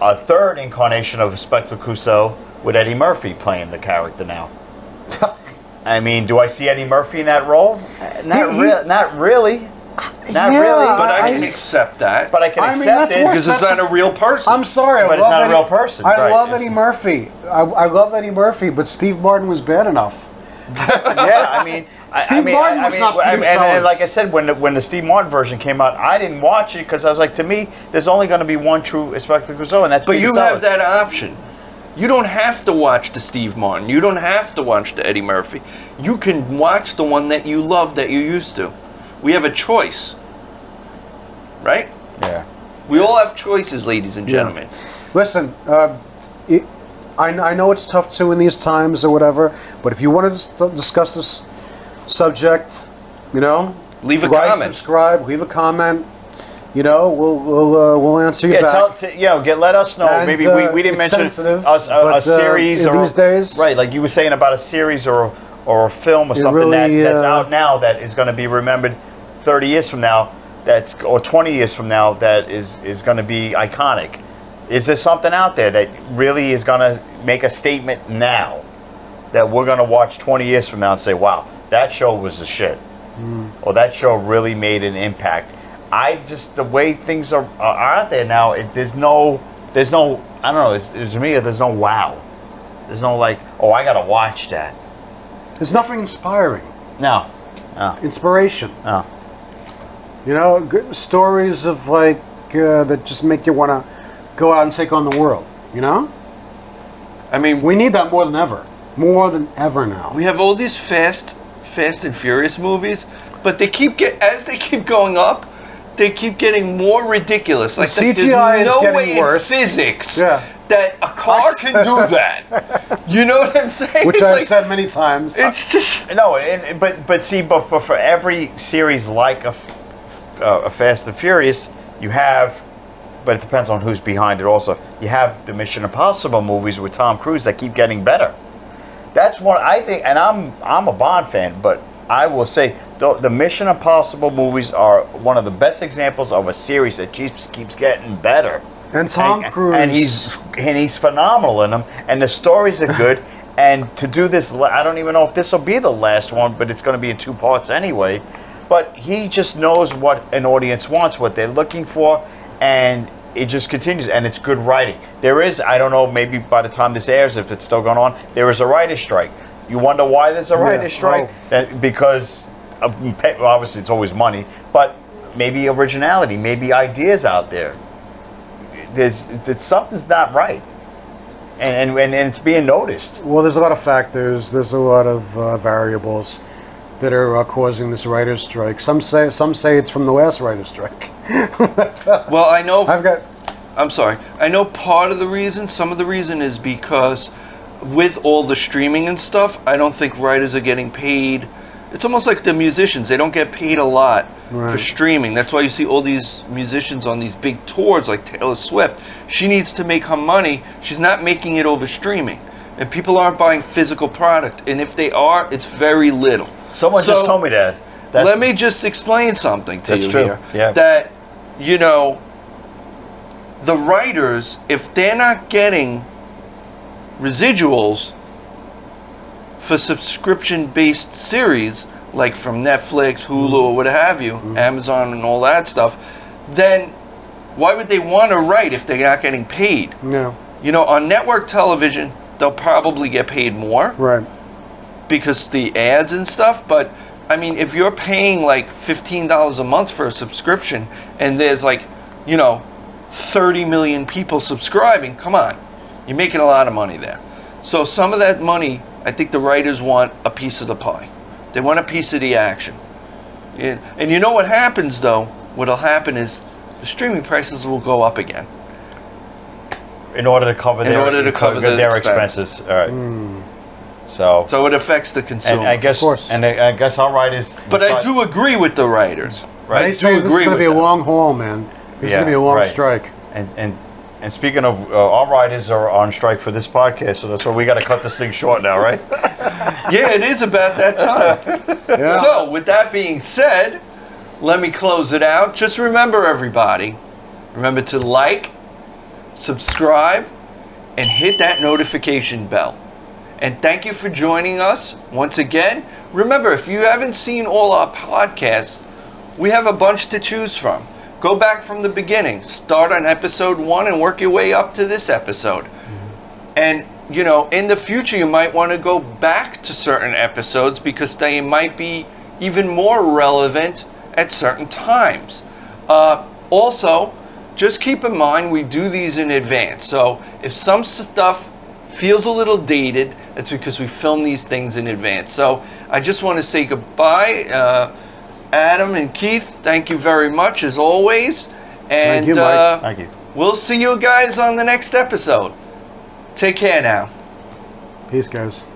S4: a third incarnation of Spectre Clouseau with Eddie Murphy playing the character now. I mean, do I see Eddie Murphy in that role? Uh, Not
S3: He- he-
S4: real, not really, not
S3: Yeah,
S4: really.
S2: But I,
S3: I
S2: can
S3: just-
S2: accept that.
S4: but I can
S3: I mean,
S4: accept
S3: that's
S4: it
S2: because it's
S3: That's-
S2: not a real person.
S3: I'm sorry, I
S4: But it's
S3: love
S4: not a
S3: Eddie-
S4: real person,
S3: I
S4: right,
S3: love
S4: it's-
S3: Eddie Murphy. I, I love Eddie Murphy, but Steve Martin was bad enough.
S4: yeah, I mean, I- I
S3: Steve
S4: mean,
S3: Martin
S4: I
S3: was
S4: mean,
S3: not
S4: I
S3: Peter
S4: mean, and, and
S3: Sellers.
S4: like I said, when the, when the Steve Martin version came out, I didn't watch it because I was like, to me, there's only going to be one true Spectre Clouseau, and that's
S2: but
S4: Peter
S2: you
S4: Sellers.
S2: have that option. You don't have to watch the Steve Martin. You don't have to watch the Eddie Murphy. You can watch the one that you love that you're used to. We have a choice. Right?
S4: Yeah.
S2: We all have choices, ladies and gentlemen.
S3: Listen, uh, it, I, I know it's tough too in these times or whatever, but if you want to dis- discuss this subject, you know,
S2: Leave a
S3: like,
S2: comment.
S3: subscribe, leave a comment. You know, we'll we'll uh, we'll answer you
S4: Yeah,
S3: back.
S4: tell t- you know, get let us know.
S3: And,
S4: Maybe
S3: uh,
S4: we, we didn't
S3: it's
S4: mention
S3: sensitive,
S4: a, a, a
S3: but, uh,
S4: series
S3: in
S4: or
S3: these days-
S4: right? Like you were saying about a series or or a film or
S3: It
S4: something
S3: really,
S4: that, that's
S3: uh,
S4: out now that is going to be remembered thirty years from now. That's or twenty years from now that is is going to be iconic. Is there something out there that really is going to make a statement now that we're going to watch twenty years from now and say, "Wow, that show was the shit."
S3: Hmm.
S4: Well, that show really made an impact. I just the way things are, are out there now. It, there's no, there's no. I don't know. It's, it's to me. There's no wow. There's no like. Oh, I gotta watch that.
S3: There's nothing inspiring,
S4: No, no,
S3: inspiration.
S4: no.
S3: You know, good stories of like uh, that just make you want to go out and take on the world. You know,
S2: I mean,
S3: we need that more than ever, more than ever now.
S2: we have all these fast fast and furious movies but they keep get as they keep going up they keep getting more ridiculous like that there's
S3: CGI is
S2: no
S3: getting
S2: way
S3: worse.
S2: in physics
S3: Yeah.
S2: that a car can do that you know what i'm saying
S3: which
S2: It's
S3: I've
S2: like-
S3: said many times.
S2: it's just
S4: No, and, and- but but see, but, but for every series like a, f- uh, a Fast and Furious, you have, but it depends on who's behind it. Also, you have the Mission Impossible movies with Tom Cruise that keep getting better. That's one I think, and I'm I'm a Bond fan, but I will say the, the Mission Impossible movies are one of the best examples of a series that just keeps getting better.
S3: And Tom Cruise.
S4: and he's and he's phenomenal in them, and the stories are good. and to do this, la- I don't even know if this will be the last one, but it's going to be in two parts anyway. But he just knows what an audience wants, what they're looking for, and it just continues. And it's good writing. There is, I don't know, maybe by the time this airs, if it's still going on, there is a writer's strike. You wonder why there's a writer's strike?
S3: Oh.
S4: That because of, pe- well, obviously it's always money, but maybe originality, maybe ideas out there there's that something's not right, and and, and it's being noticed.
S3: well, there's a lot of factors. There's a lot of uh, variables that are uh, causing this writer's strike. Some say some say it's from the last writer's strike.
S2: well i know
S3: I've got
S2: I'm sorry. I know part of the reason, some of the reason is because with all the streaming and stuff, I don't think writers are getting paid. It's almost like the musicians, they don't get paid a lot for
S3: Right.
S2: streaming. That's why you see all these musicians on these big tours like Taylor Swift. She needs to make her money. She's not making it over streaming. And people aren't buying physical product, and if they are, it's very little.
S4: Someone
S2: So-
S4: just told me that. That's,
S2: let me just explain something to
S4: That's
S2: you
S4: true.
S2: here.
S4: Yeah.
S2: That you know, the writers, if they're not getting residuals for subscription-based series, like from Netflix, Hulu,
S4: Mm-hmm.
S2: or what have you, Amazon, and all that stuff, then why would they want to write if they're not getting paid?
S3: No.
S2: You know, on network television, they'll probably get paid more
S3: Right.
S2: because the ads and stuff. But I mean, if you're paying like fifteen dollars a month for a subscription, and there's like, you know, thirty million people subscribing, come on, you're making a lot of money there. So some of that money, I think the writers want a piece of the pie. They want a piece of the action. And, and you know what happens though? What'll happen is the streaming prices will go up again.
S4: in order to cover
S2: In
S4: their,
S2: order to cover the
S4: their
S2: expense. Mm.
S4: expenses. All right. So,
S2: So it affects the consumer.
S4: and I guess,
S3: course.
S4: and I, I guess our writers.
S2: but I
S4: decide-
S2: do agree with the writers.
S4: Right.
S2: I
S3: They
S2: do
S3: say this
S2: agree
S3: is going to
S2: with
S3: be a
S2: them.
S3: long haul, man. This is going to be a
S4: Yeah,
S3: long
S4: right.
S3: strike.
S4: And and and speaking of, uh, our writers are on strike for this podcast, so that's why we got to cut this thing short now, right?
S2: Yeah, it is about that time.
S3: Yeah.
S2: So, with that being said, let me close it out. Just remember, everybody, remember to like, subscribe, and hit that notification bell. And thank you for joining us once again. Remember, if you haven't seen all our podcasts, we have a bunch to choose from. Go back from the beginning, start on episode one, and work your way up to this episode. And you know, in the future, you might want to go back to certain episodes because they might be even more relevant at certain times. Uh, also, just keep in mind we do these in advance. So if some stuff feels a little dated, that's because we film these things in advance. So I just want to say goodbye, uh, Adam and Keith. Thank you very much as always. And
S3: you, Mike.
S2: Uh,
S4: Thank you.
S2: We'll see you guys on the next episode. Take care now.
S3: Peace, guys.